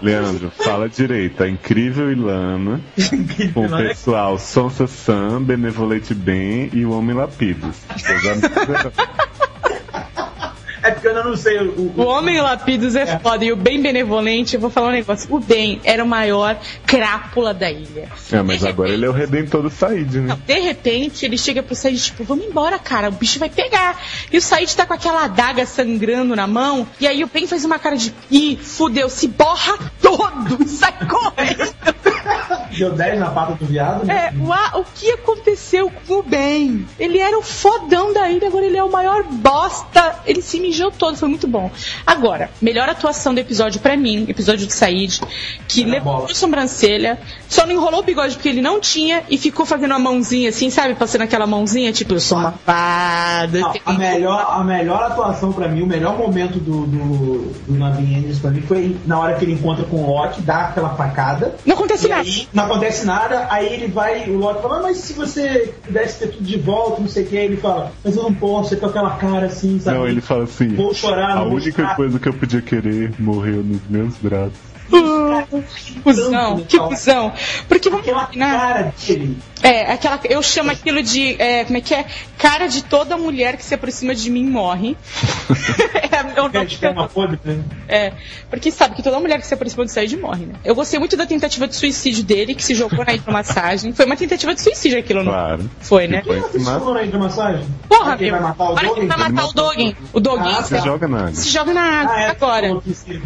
B: Leandro, fala direito. A incrível Ilana, com o
T: Ilana. né?" é
B: pessoal Sonsa Sam, Benevolente Ben e o Homem Lapidos. Seus amigos-
T: É porque eu ainda não sei o.
A: O homem lapidos é, foda e o bem benevolente, eu vou falar um negócio. O bem era o maior crápula da ilha.
B: É, mas agora ele é o redentor do Said, né?
A: De repente, ele chega pro Said, tipo, vamos embora, cara, o bicho vai pegar. E o Said tá com aquela adaga sangrando na mão, e aí o Ben faz uma cara de, ih, fudeu, se borra todo e sai correndo.
T: enfiou 10 na pata do viado. né?
A: É, uá, o que aconteceu com o Ben? Ele era o fodão da ilha, agora ele é o maior bosta. Ele se mijou todo, foi muito bom. Agora, melhor atuação do episódio pra mim, episódio do Said, que levantou a sobrancelha, só não enrolou o bigode porque ele não tinha e ficou fazendo uma mãozinha assim, sabe? Passando aquela mãozinha, tipo, eu sou uma fada. eu
T: Não,
A: tenho
T: a, melhor, a melhor atuação pra mim, o melhor momento do, do, do Navin Andrews pra mim foi na hora que ele encontra com o Loki, dá aquela facada.
A: Não acontece nada.
T: não acontece nada, aí ele vai, o Loki fala, "Ah, mas se você pudesse ter tudo de volta, não sei o que, aí ele fala, mas eu não posso, ele com aquela cara assim, sabe?
B: Não, ele fala assim:
T: Vou chorar,
B: a
T: não vou
B: única
T: chorar."
B: coisa que eu podia querer morreu nos meus braços.
T: então,
A: Cusão, que cuzão. Porque vamos combinar. É, aquela. Eu chamo aquilo de. é, como é que é? Cara de toda mulher que se aproxima de mim morre. é, eu não
T: né?
A: é, porque sabe que toda mulher que se aproxima do Said morre, né? Eu gostei muito da tentativa de suicídio dele, que se jogou na hidromassagem. Foi uma tentativa de suicídio aquilo, não?
B: Claro.
A: Foi, né?
T: Quem é assistiu na hidromassagem?
A: Porra,
T: Quem
A: meu.
T: vai matar o
A: Olha quem
T: Dogen?
A: vai matar o Dogen. O Dogen
T: Ah, se joga na água.
A: Se joga na água,
T: Ah, é,
A: agora.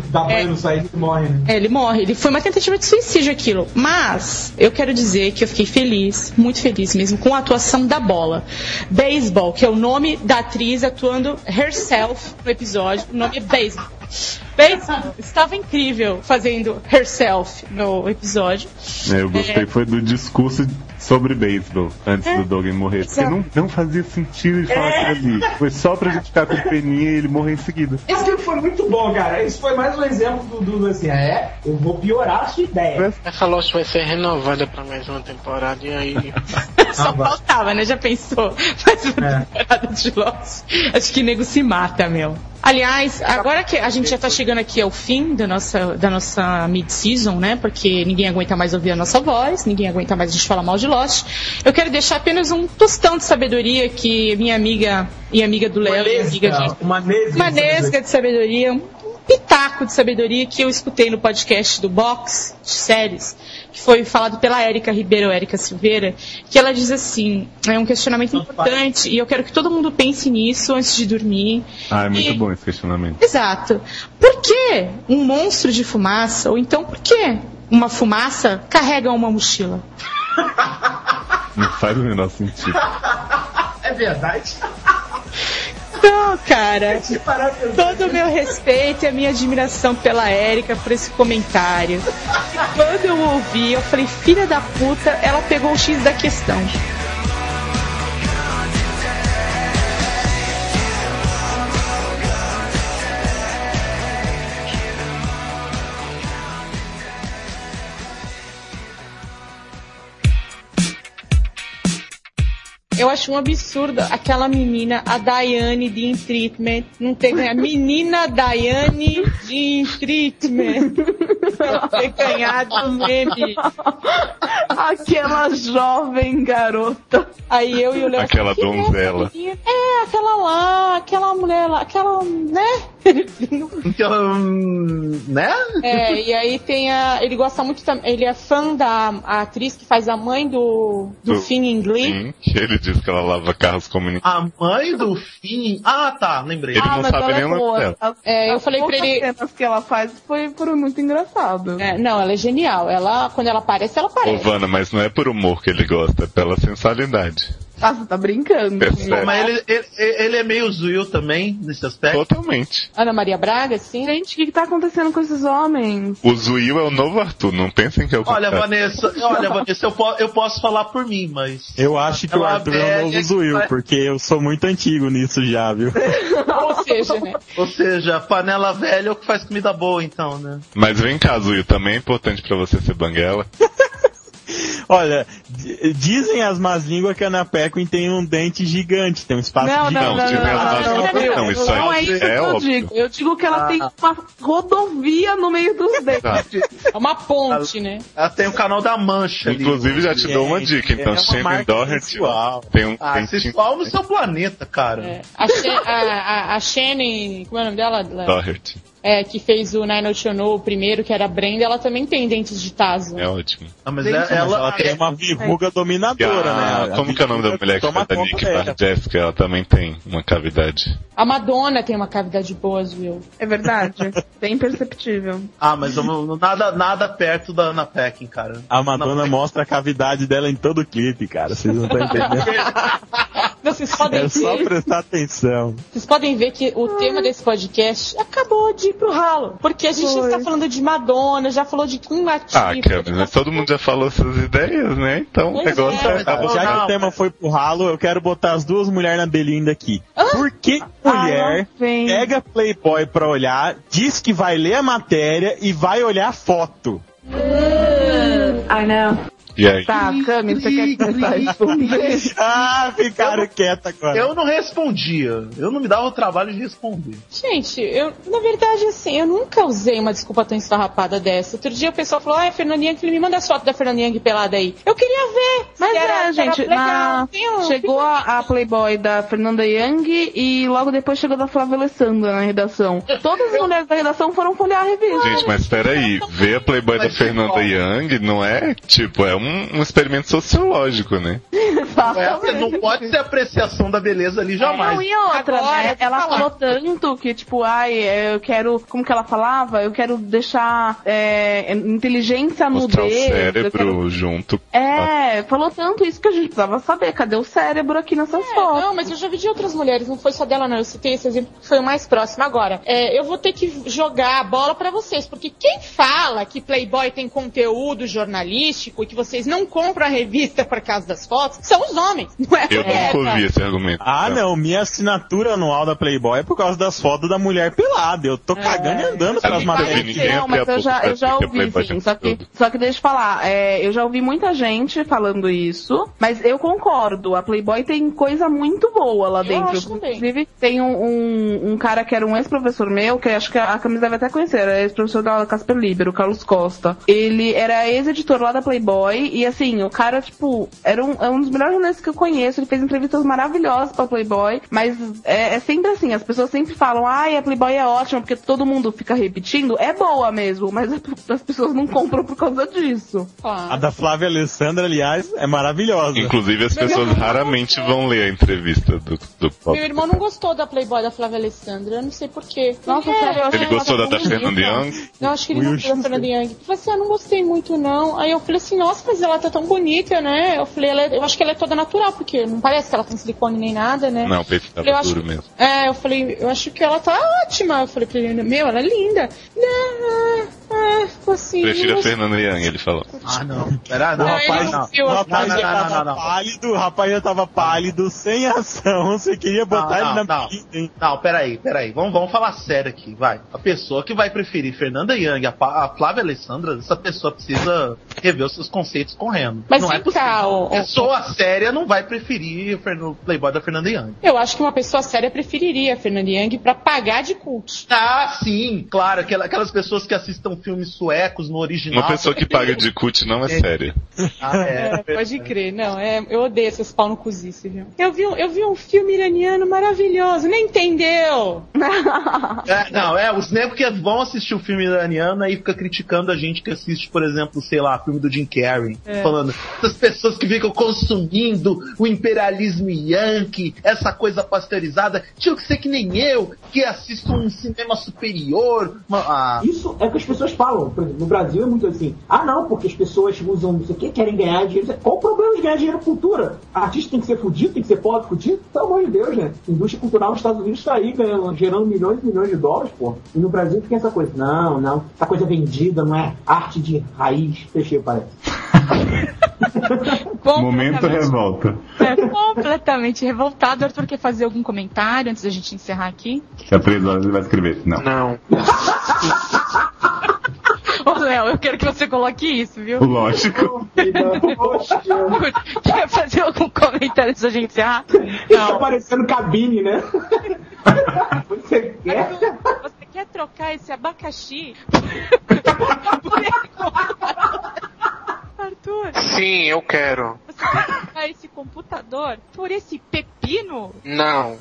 T: Dá pra ele não sair, tá ele morre, né?
A: É, ele morre. Ele foi uma tentativa de suicídio aquilo. Mas eu quero dizer que eu fiquei feliz, muito feliz mesmo, com a atuação da bola. Baseball, que é o nome da atriz atuando herself no episódio. O nome é Baseball. Baseball estava incrível fazendo herself no episódio.
B: É, Eu gostei,
A: É.
B: foi do discurso sobre beisebol, antes
A: É.
B: do Dogen morrer. Porque
A: Exato.
B: não, não fazia sentido ele falar
T: É.
B: aquilo ali. Foi só pra gente ficar com peninha e ele morrer em seguida.
A: É.
T: Esse foi muito bom, cara. Isso foi mais um exemplo do, do assim, é, eu vou piorar a sua ideia.
C: Essa loja vai ser renovada pra mais uma temporada e aí.
A: Só faltava, né? Já pensou? Mais uma temporada de Lost. Acho que nego se mata, meu. Aliás, agora que a gente já tá chegando aqui ao fim da nossa, da nossa mid-season, né? Porque ninguém aguenta mais ouvir a nossa voz, ninguém aguenta mais a gente falar mal de Lost. Eu quero deixar apenas um tostão de sabedoria que minha amiga e amiga do Léo, e amiga de
T: Uma nesga.
A: uma nesga de sabedoria, um pitaco de sabedoria que eu escutei no podcast do Box de séries, que foi falado pela Érica Ribeiro, Érica Silveira, que ela diz assim, é um questionamento importante e eu quero que todo mundo pense nisso antes de dormir.
B: Ah, é
A: E-
B: muito bom esse questionamento.
A: Exato. Por que um monstro de fumaça ou então por que uma fumaça carrega uma mochila?
B: Não faz o menor sentido.
T: É verdade.
A: Então, cara, todo o meu respeito e a minha admiração pela Érica por esse comentário. E quando eu ouvi, eu falei, filha da puta, ela pegou o X da questão. Eu acho um absurdo aquela menina, a Daiane de In Treatment, não ter ganhado. Menina Daiane de In Treatment. Não ter ganhado o meme.
S: Aquela jovem garota.
A: Aí eu e o Léo.
B: Aquela donzela.
A: É, aquela lá, aquela mulher lá, aquela, né?
Q: Então, né?
A: É, e aí tem a. Ele gosta muito também. Ele é fã da a atriz que faz a mãe do, do
B: Do-
A: Finn em Glee.
B: Sim, ele diz que ela lava carros como ninguém.
Q: A mãe do Finn. Ah, tá, lembrei.
B: Ele não sabe nem o nome dela.
A: É, eu falei pra ele-
S: As cenas que ela faz foi por muito engraçado.
A: É, não, ela é genial. Ela, quando ela aparece, ela
B: Ô,
A: aparece.
B: Vana, mas não é por humor que ele gosta, é pela sensualidade.
S: Ah, você tá brincando.
B: É sério.
Q: Mas ele, ele, ele é meio zuil também, nesse
T: é-
Q: aspecto.
B: Totalmente.
A: Ana Maria Braga, sim.
S: Gente, o que, que tá acontecendo com esses homens?
B: O Zuil é o novo Arthur, não pensem que é o
Q: Olha,
B: contrário.
Q: Vanessa, olha, Vanessa, eu, po- eu posso falar por mim, mas.
D: Eu acho que o
Q: Ela
D: Arthur é o novo
Q: velha,
D: Zuil,
Q: vai-
D: porque eu sou muito antigo nisso já, viu?
A: Ou seja, né?
Q: Ou seja, panela velha é o que faz comida boa, então, né?
B: Mas vem cá, Zuil, também é importante pra você ser banguela.
D: Olha, di- dizem as más línguas que a Ana Paquin tem um dente gigante, tem um espaço
S: Não, não,
D: gigante.
S: não, não, não, não, não, não, não,
D: isso
S: não é
D: aí
S: isso que
D: é
S: eu
D: óbvio.
S: digo. Eu digo que ela
Q: Ah.
S: tem uma rodovia no meio dos dentes.
A: É uma ponte, né?
Q: Ela tem o canal da Mancha. ali.
B: Inclusive, já te dou uma dica, então,
Q: uma
B: Shannon
Q: marca
B: Doherty
Q: sensual.
B: tem um
Q: Ah,
B: dentinho-
Q: sensual
A: É.
Q: no seu planeta, cara.
A: A, She- a, a, a Shannon, como é o nome dela?
B: Tá. Doherty.
A: é, que fez o Nine Show o primeiro, que era a Brenda, ela também tem dentes de Tazo. né?
B: É ótimo.
D: Ah, mas ela, ela, tem um uma verruga dominadora,
B: Ah,
D: né? A
B: como que é o nome da mulher que
D: toma
B: faz a
D: conta é.
B: Nick
D: dela.
B: Bar Jessica? Ela também tem uma cavidade.
A: A Madonna tem uma cavidade boa, Will.
S: É verdade. Bem perceptível.
Q: Ah, mas eu não- nada, nada perto da Ana Peckin, cara.
D: A Madonna mostra a cavidade dela em todo o clipe, cara. Vocês não estão entendendo.
A: Não, vocês podem
D: é
A: ver.
D: só prestar atenção.
A: Vocês podem ver que o tema desse podcast acabou de ir pro ralo. Porque a gente está falando de Madonna, já falou de Kim
B: Ah,
A: Latifah.
B: Kevin, mas todo mundo já falou suas ideias, né? Então o
A: Pois
B: negócio
A: é,
B: é, acabou.
D: Já que o tema foi pro ralo, eu quero botar as duas mulheres na belinda aqui. Por que mulher pega Playboy pra olhar, diz que vai ler a matéria e vai olhar a foto?
S: Ai, não.
B: E aí?
S: Tá, Cami, você quer começar a responder?
D: ah, ficaram quietos agora.
Q: Eu não respondia. Eu não me dava o trabalho de responder.
A: Gente, eu, na verdade, assim, eu nunca usei uma desculpa tão esfarrapada dessa. Outro dia o pessoal falou, ah, é Fernanda Yang, me manda as fotos da Fernanda Yang pelada aí. Eu queria ver. se
S: Mas
A: era-
S: é,
A: se era
S: gente,
A: legal. um
S: na- chegou a, a Playboy da Fernanda Young e logo depois chegou da Flávia Alessandra na redação. Todas as mulheres da redação foram folhear a revista.
B: Gente, mas peraí, ver a Playboy da Fernanda Young não é, tipo, é um, um experimento sociológico, né?
Q: Essa É,
S: é
Q: não pode ter apreciação da beleza ali jamais.
S: Não, e outra, né? Ela falou tanto que, tipo, ai, eu quero. Como que ela falava? Eu quero deixar é, inteligência
B: Mostrar o
S: mudez. eu
B: cérebro
S: quero
B: junto.
S: É, falou tanto isso que a gente precisava saber. Cadê o cérebro aqui nessas fotos?
A: É, Não, mas eu já vi de outras mulheres, não foi só dela, não. Eu citei esse exemplo que foi o mais próximo. Agora, é, eu vou ter que jogar a bola pra vocês, porque quem fala que Playboy tem conteúdo jornalístico e que vocês não compram a revista por causa das fotos, são os homens, não é?
B: Eu nunca ouvi esse argumento.
D: Ah, não, minha assinatura anual da Playboy é por causa das fotos da mulher pelada. Eu
Q: É.
D: tô cagando e andando pelas matérias.
S: Não, mas eu já, eu já ouvi, sim. Só que, só que deixa eu falar, é, eu já ouvi muita gente falando isso, mas eu concordo. A Playboy tem coisa muito boa lá dentro.
A: acho também.
S: Inclusive, tem um, um- um cara que era um ex-professor meu, que acho que a Camisa deve até conhecer, era ex-professor da Casper Libero, o Carlos Costa. Ele era ex-editor lá da Playboy, e assim, o cara, tipo, era um, é um dos melhores jornalistas que eu conheço, ele fez entrevistas maravilhosas pra Playboy, mas é, é sempre assim, as pessoas sempre falam, ai, a Playboy é ótima, porque todo mundo fica repetindo, é boa mesmo, mas as pessoas não compram por causa disso.
D: A da Flávia Alessandra, aliás, é maravilhosa.
B: Inclusive, as pessoas raramente vão ler a entrevista do, do Pop.
A: Meu irmão não gostou da Playboy da Flávia Alessandra, eu não sei porquê. Nossa,
B: Ele gostou da, da Fernanda Young?
A: Eu acho que ele
B: Will
A: gostou da Fernanda Young. Ele falou assim, ah, não gostei muito não. Aí eu falei assim, nossa, mas ela tá tão bonita, né? Eu falei, ela é- eu acho que ela é toda natural, porque não parece que ela tem silicone nem nada, né?
B: Não, o peito
A: Eu
B: tava
A: acho-
B: duro mesmo.
A: É, eu falei, eu acho que ela tá ótima. Eu falei pra ele, meu, ela é linda. Não, ah, ah, ficou assim.
B: Prefiro
A: não
B: a Fernanda Young, ele falou.
Q: Ah, não. Pera,
D: O
Q: não.
D: rapaz,
Q: não,
D: não,
Q: não,
D: o
A: assim,
D: rapaz
Q: não,
D: já
Q: não,
D: tava
Q: não, não, não.
D: pálido, o rapaz já tava pálido, sem ação, você queria botar
Q: Ah, não,
D: ele na
Q: não, não, não, peraí, peraí. Vamos, vamos falar sério aqui, vai. A pessoa que vai preferir Fernanda Young, a, Pa- a Flávia Alessandra, essa pessoa precisa rever os seus conceitos correndo.
A: Mas
Q: não é
A: vem
Q: possível.
A: cá, ô- ô-
Q: pessoa séria não vai preferir o Fern- Playboy da Fernanda Young.
A: Eu acho que uma pessoa séria preferiria a Fernanda Young pra pagar de cult.
Q: Ah, sim, claro. Aquela- Aquelas pessoas que assistam filmes suecos no original.
B: Uma pessoa que paga de cut não é séria.
Q: Ah,
A: É, pode crer, não, é, eu odeio esses pau no cozice, viu? Eu vi, um- eu vi um filme iraniano maravilhoso, nem entendeu?
Q: É, não, é, os negros que vão assistir o filme iraniano e fica criticando a gente que assiste, por exemplo, sei lá, filme do Jim Carrey,
A: É.
Q: falando essas pessoas que ficam consumindo o imperialismo yankee, essa coisa pasteurizada, tinha que ser que nem eu, que assisto um cinema superior. uma- ah,
T: Isso é o que as pessoas falam. Por exemplo, no Brasil é muito assim. Ah, não, porque as pessoas usam não sei o que, querem ganhar dinheiro. é- Qual o problema de ganhar dinheiro com cultura? Artista tem que ser fudido, tem que ser pobre, fudido? Pelo amor de Deus, né? Indústria cultural nos Estados Unidos tá aí ganhando, gerando milhões e milhões de dólares, pô. E no Brasil fica essa coisa. Não, não. Essa coisa vendida não é arte de raiz. Fechei, parece.
B: Momento revolta.
A: É completamente revoltado. Arthur quer fazer algum comentário antes da gente encerrar aqui?
B: Daqui a três horas ele vai escrever. Não.
Q: Não.
A: Ô, Léo, eu quero que você coloque isso, viu?
B: Lógico.
A: quer fazer algum comentário antes da gente encerrar?
T: Tá parecendo cabine, né?
A: Você quer trocar esse abacaxi? Arthur,
C: Sim, eu quero.
A: você quer trocar esse computador por esse PP?
K: Pino?
C: Não.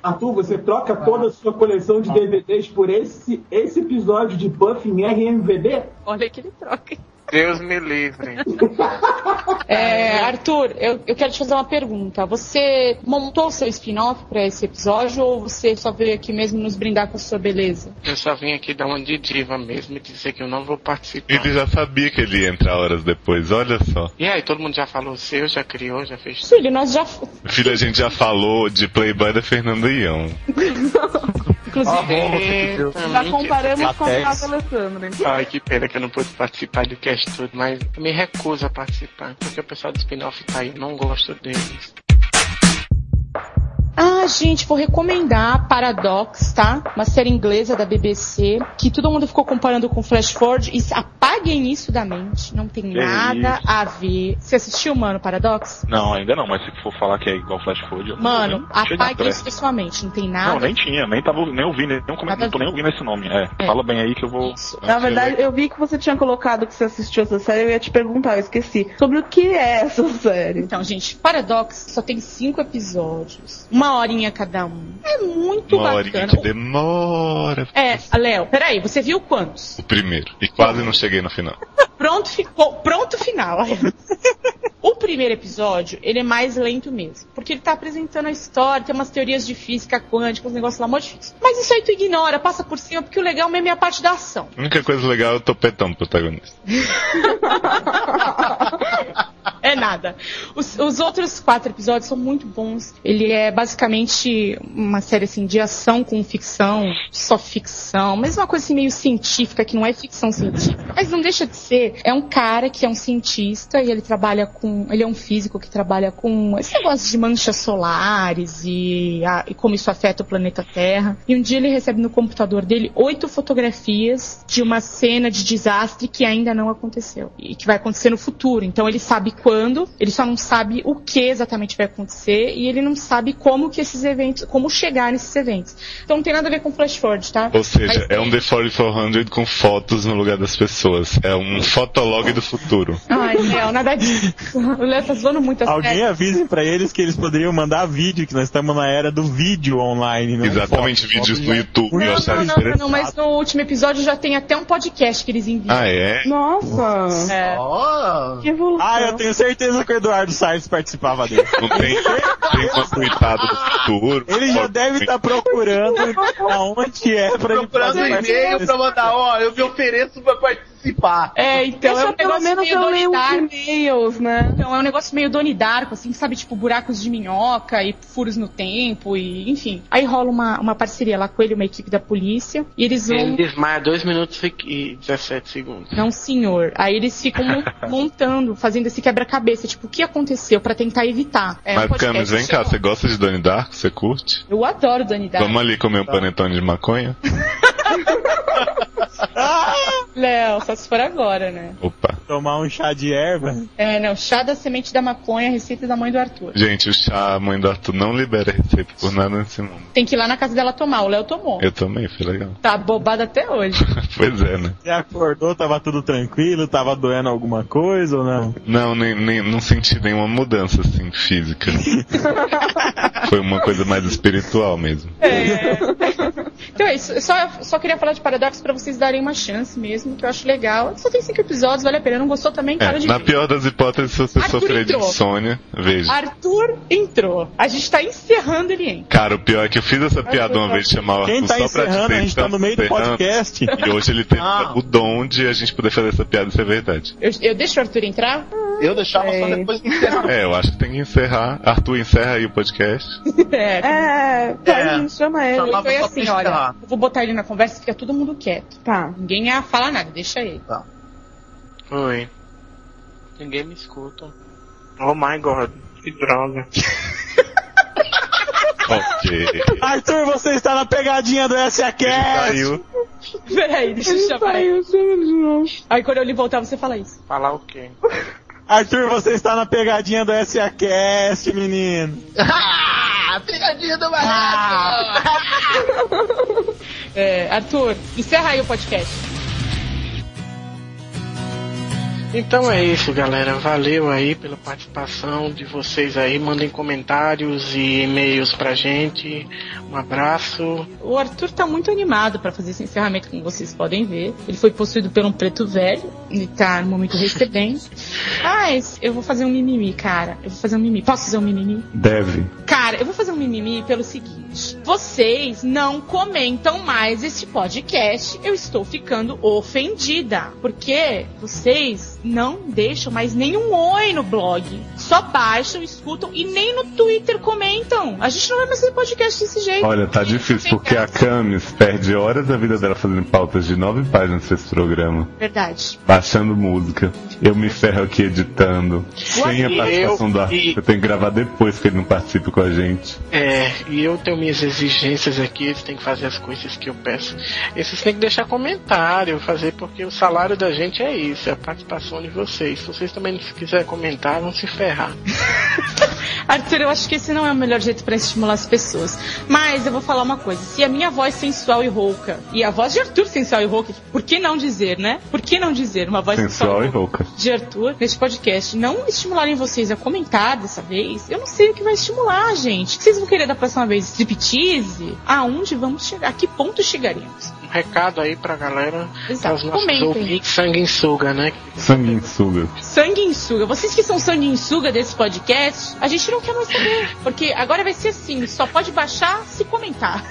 T: Arthur, você troca toda a sua coleção de DVDs por esse, esse episódio de Buffy em RMVD?
K: Olha que ele troca.
C: Deus me livre.
A: É, Arthur, eu, eu quero te fazer uma pergunta. Você montou seu spin-off pra esse episódio ou você só veio aqui mesmo nos brindar com a sua beleza?
C: Eu só vim aqui dar uma de diva mesmo e dizer que eu não vou participar.
B: Ele já sabia que ele ia entrar horas depois, olha só.
C: E aí, todo mundo já falou o seu, já criou, já fez tudo.
A: Filho, nós já.
B: Filho, a gente já falou de Playboy da Fernanda Ião. Tá
A: Inclusive,
S: Já comparamos com o
C: Até-
S: caso Alessandra. então.
C: Ai, que pena que eu não pude participar do cast tudo, mas eu me recuso a participar, porque o pessoal do spin-off tá aí, eu não gosto deles.
A: Ah, gente, vou recomendar Paradox, tá? Uma série inglesa da BBC, que todo mundo ficou comparando com Flash Forward. E se- apaguem isso da mente. Não tem
R: Que
A: nada
R: isso.
A: a ver. Tá, Você assistiu, mano, Paradox?
R: Não, ainda não, mas se for falar que é igual Flash Forward, eu
A: Mano,
R: não chega
A: apague
R: atrás.
A: isso da sua mente. Não tem nada.
R: Não, nem tinha, nem tava, nem ouvindo, nem como,
A: Nada
R: não tô nem ouvindo esse nome. É, fala bem aí que eu vou.
S: Na verdade,
A: é
S: eu vi que você tinha colocado que você assistiu essa série, eu ia te perguntar, eu esqueci. Sobre o que é essa série?
A: Então, gente, Paradox só tem cinco episódios. Uma horinha cada um. É muito
B: Uma horinha
A: bacana.
B: que demora.
A: É, Léo, peraí, você viu quantos?
B: O primeiro. E quase não cheguei no final.
A: Pronto, ficou, pronto final. o primeiro episódio, ele é mais lento mesmo. Porque ele tá apresentando a história, tem umas teorias de física quântica, uns negócios lá, um monte de difícil. Mas isso aí tu ignora, passa por cima, porque o legal mesmo é a parte da ação.
B: A única coisa legal é o topetão do protagonista.
A: É nada. Os, os outros quatro episódios são muito bons. Ele é basicamente uma série assim de ação com ficção, só ficção, mas uma coisa assim, meio científica, que não é ficção científica, mas não deixa de ser. É um cara que é um cientista e ele trabalha com. Ele é um físico que trabalha com esse negócio de manchas solares e, a- e como isso afeta o planeta Terra. E um dia ele recebe no computador dele oito fotografias de uma cena de desastre que ainda não aconteceu e que vai acontecer no futuro. Então ele sabe quando, ele só não sabe o que exatamente vai acontecer e ele não sabe como que esses eventos, como chegar nesses eventos. Então não tem nada a ver com flash forward, tá?
B: Ou seja,
A: Mas-
B: é um The 4400 com fotos no lugar das pessoas. É um fotolog do futuro.
A: Ai, Léo, nada disso. O Léo tá zoando
Q: é
A: muito a
D: Alguém
A: série.
D: avise pra eles que eles poderiam mandar vídeo, que nós estamos na era do vídeo online. não é
B: Exatamente,
D: foto.
B: vídeos
D: Foto
B: no
D: já-
B: YouTube. eu achava
A: é. Não,
D: tá
A: não,
B: interessante.
A: não, mas no último episódio já tem até um podcast que eles enviam.
B: Ah, é?
S: Nossa!
A: É.
S: Que evolução.
D: Ah, eu tenho certeza que o Eduardo Salles participava dele.
B: Não tem, tem uma coitada do futuro.
D: Ele já deve estar procurando aonde é pra ele
Q: Procurando
D: fazer parte
Q: e-mail
D: desse.
Q: pra mandar, ó, eu me ofereço pra participar.
A: É, então
S: Deixa
A: é um
S: pelo
A: negócio
S: menos
A: meio
S: eu ler
A: Donnie
S: os
A: Darko.
S: e-mails, né?
A: Então é um negócio meio Donnie Darko, assim, sabe? Tipo, buracos de minhoca e furos no tempo e enfim. Aí rola uma, uma parceria lá com ele, uma equipe da polícia, e eles vão...
C: Ele desmaia 2 minutos e- e 17 segundos.
A: Não, senhor. Aí eles ficam mo- montando, fazendo esse quebra-cabeça, tipo, o que aconteceu Pra tentar evitar. É, um
B: Mas,
A: podcast
B: Camis, vem cá,
A: assim,
B: você gosta de Donnie Darko? Você curte?
A: Eu adoro Donnie Darko.
B: Vamos ali comer um panetone de maconha?
A: Léo, só se for agora, né?
B: Opa.
D: Tomar um chá de erva.
A: É, não, chá da semente da maconha, receita da mãe do Arthur.
B: Gente, o chá, a mãe do Arthur não libera receita por nada nesse mundo.
A: Tem que ir lá na casa dela tomar, o Léo tomou.
B: Eu também, foi legal.
A: Tá bobado até hoje.
B: Pois é, né?
D: Você acordou, tava tudo tranquilo, tava doendo alguma coisa ou não?
B: Não, nem, nem, não senti nenhuma mudança, assim, física. Foi uma coisa mais espiritual mesmo.
A: É, Então é isso, eu só, eu só queria falar de Paradox pra vocês darem uma chance mesmo, que eu acho legal. Só tem cinco episódios, vale a pena. Não gostou também, cara
B: É,
A: de
B: na
A: mim.
B: pior das hipóteses, se você
A: Arthur
B: sofrer de
A: entrou.
B: insônia, veja.
A: Arthur entrou. A gente tá encerrando ele entra.
B: Cara, o pior é que eu fiz essa piada uma vez, chamar o
D: Quem
B: Arthur
D: tá
B: só pra
D: encerrando,
B: dizer
D: a gente
B: que
D: tá no meio do
B: encerrando.
D: podcast.
B: E hoje ele teve
A: Ah.
B: o dom de a gente poder fazer essa piada, isso é verdade.
A: Eu, eu deixo o Arthur entrar?
Q: Eu deixava só depois do encerrar.
B: É, eu acho que tem que encerrar. Arthur, encerra aí o podcast.
A: É,
Q: É.
S: chama
Q: ele. Chamava
A: Foi
Q: só
A: assim,
Q: pra
A: olha,
Q: encerrar.
A: eu vou botar ele na conversa e fica todo mundo quieto.
S: Tá.
A: Ninguém ia falar nada, deixa ele.
B: Ah.
C: Oi. Ninguém me escuta. Oh my god, que droga.
B: ok.
D: Arthur, você está na pegadinha do SACast!
B: Saiu.
A: Peraí, deixa eu chamar ele. Aí quando eu lhe voltar, você fala isso.
C: Falar o quê?
D: Arthur, você está na pegadinha do SACast, menino!
Q: Ah, pegadinha do barato!
A: É, Arthur, encerra aí o podcast.
C: Então é isso, galera. Valeu aí pela participação de vocês aí. Mandem comentários e e-mails pra gente. Um abraço.
A: O Arthur tá muito animado pra fazer esse encerramento, como vocês podem ver. Ele foi possuído por um preto velho. Ele tá no momento recebendo. Mas eu vou fazer um mimimi, cara. Eu vou fazer um mimimi. Posso fazer um mimimi?
B: Deve.
A: Cara, eu vou fazer um mimimi pelo seguinte: vocês não comentam mais este podcast. Eu estou ficando ofendida. Porque vocês não deixam mais nenhum oi no blog. Só baixam, escutam e nem no Twitter comentam. A gente não vai mais fazer podcast desse jeito.
B: Olha, tá difícil, porque
C: assim.
B: a Camis perde horas da vida dela fazendo pautas de nove páginas pra esse programa.
A: é Verdade.
B: Baixando música. Eu me ferro aqui editando. Sem a
C: Eu
B: participação do Arthur.
C: que-
B: Eu tenho que gravar depois que ele não participe com a gente.
C: É, e eu tenho minhas exigências aqui, eles têm que fazer as coisas que eu peço. Esses têm que deixar comentário, fazer, porque o salário da gente é isso, é a participação de vocês. Se vocês também não quiserem comentar, vão se ferrar.
A: Arthur, eu acho que esse não é o melhor jeito pra estimular as pessoas. Mas eu vou falar uma coisa: se a minha voz sensual e rouca, e a voz de Arthur sensual e rouca, por que não dizer, né? Por que não dizer uma voz sensual
C: então-
B: Sensual
A: e
B: e
A: rouca
B: rouca.
A: de Arthur neste podcast não estimularem vocês a comentar dessa vez, eu não sei o que vai estimular, gente. O que vocês vão querer da próxima vez? Striptease? Aonde vamos chegar? A que ponto chegaremos?
C: Um recado aí pra galera,
A: Exato.
C: aos nossos
A: Tá, Comentem.
C: ouvintes, sanguessuga, né?
B: Sanguessuga.
A: Sanguinsuga. Vocês que são sanguinsuga desse podcast, a gente não quer mais saber. Porque agora vai ser assim, só pode baixar se comentar.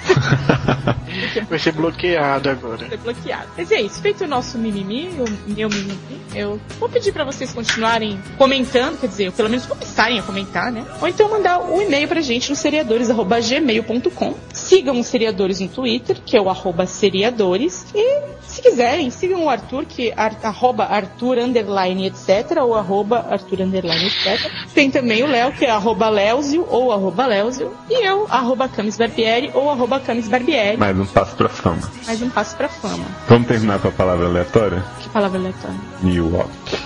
C: Vai ser bloqueado agora.
A: Ser bloqueado. Mas é isso, feito o nosso mimimi, o meu mimimi, eu vou pedir pra vocês continuarem comentando, quer dizer, pelo menos começarem a comentar, né? Ou então mandar um e-mail pra gente no seriadores.gmail.com. Sigam os seriadores no Twitter, que é o arroba seriadores. E se quiserem, sigam o Arthur, que é ar- arroba Arthur underline, etc. Ou arroba Arthur underline, etc. Tem também o Léo, que é arroba Léozio ou arroba Léozio. E eu, arroba Camis Barbieri ou arroba Camis Barbieri.
B: Mais um passo pra fama.
A: Mais um passo pra fama.
B: Vamos terminar com a palavra aleatória?
A: Que palavra aleatória.
B: Milwaukee.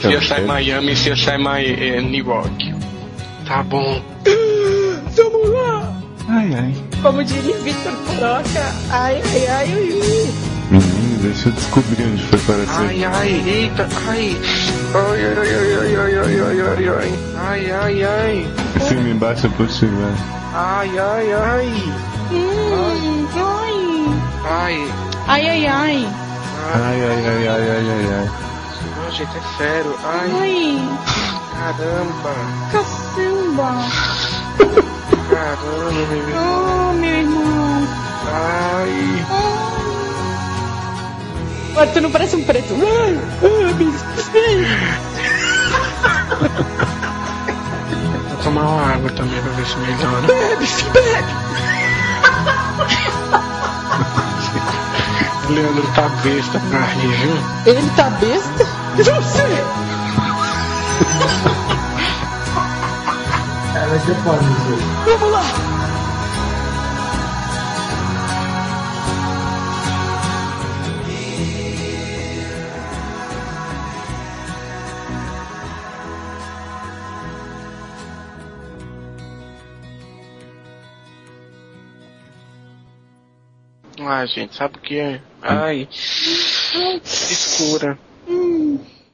C: CSI Miami, CSI Miami, eh, New York. Tá bom.
A: Tamo lá!
B: Ai, ai.
A: Como diria Victor Coroca, ai, ai, ai, ui, ui.
B: Menino, deixa eu descobrir onde foi parecer.
C: Ai, ai, eita, ai. Ai, ai, ai, ai, ai, ai, ai, ai. Ai, ai, ai.
B: Esse é me baixa por chegar.
C: Ai, ai, ai.
A: Hum, ai.
C: Ai.
A: Ai, ai, ai.
B: Ai, ai, ai, ai, ai, ai, ai.
C: Não, gente, é sério. Ai,
A: Ai,
C: caramba.
A: caçamba.
C: Caramba, meu irmão.
A: Ah, meu irmão.
C: Ai.
A: Ah, tu não parece um preto. Ai, ai, me despeito.
C: Vou tomar uma água também pra ver se melhora.
A: Bebe, se bebe.
C: O Leandro tá besta pra rir, viu?
A: Ele tá besta? E você?
T: É, vai ser foda isso aí.
A: Vamos lá.
C: Ai, gente, sabe o que é? Ai. Frescura.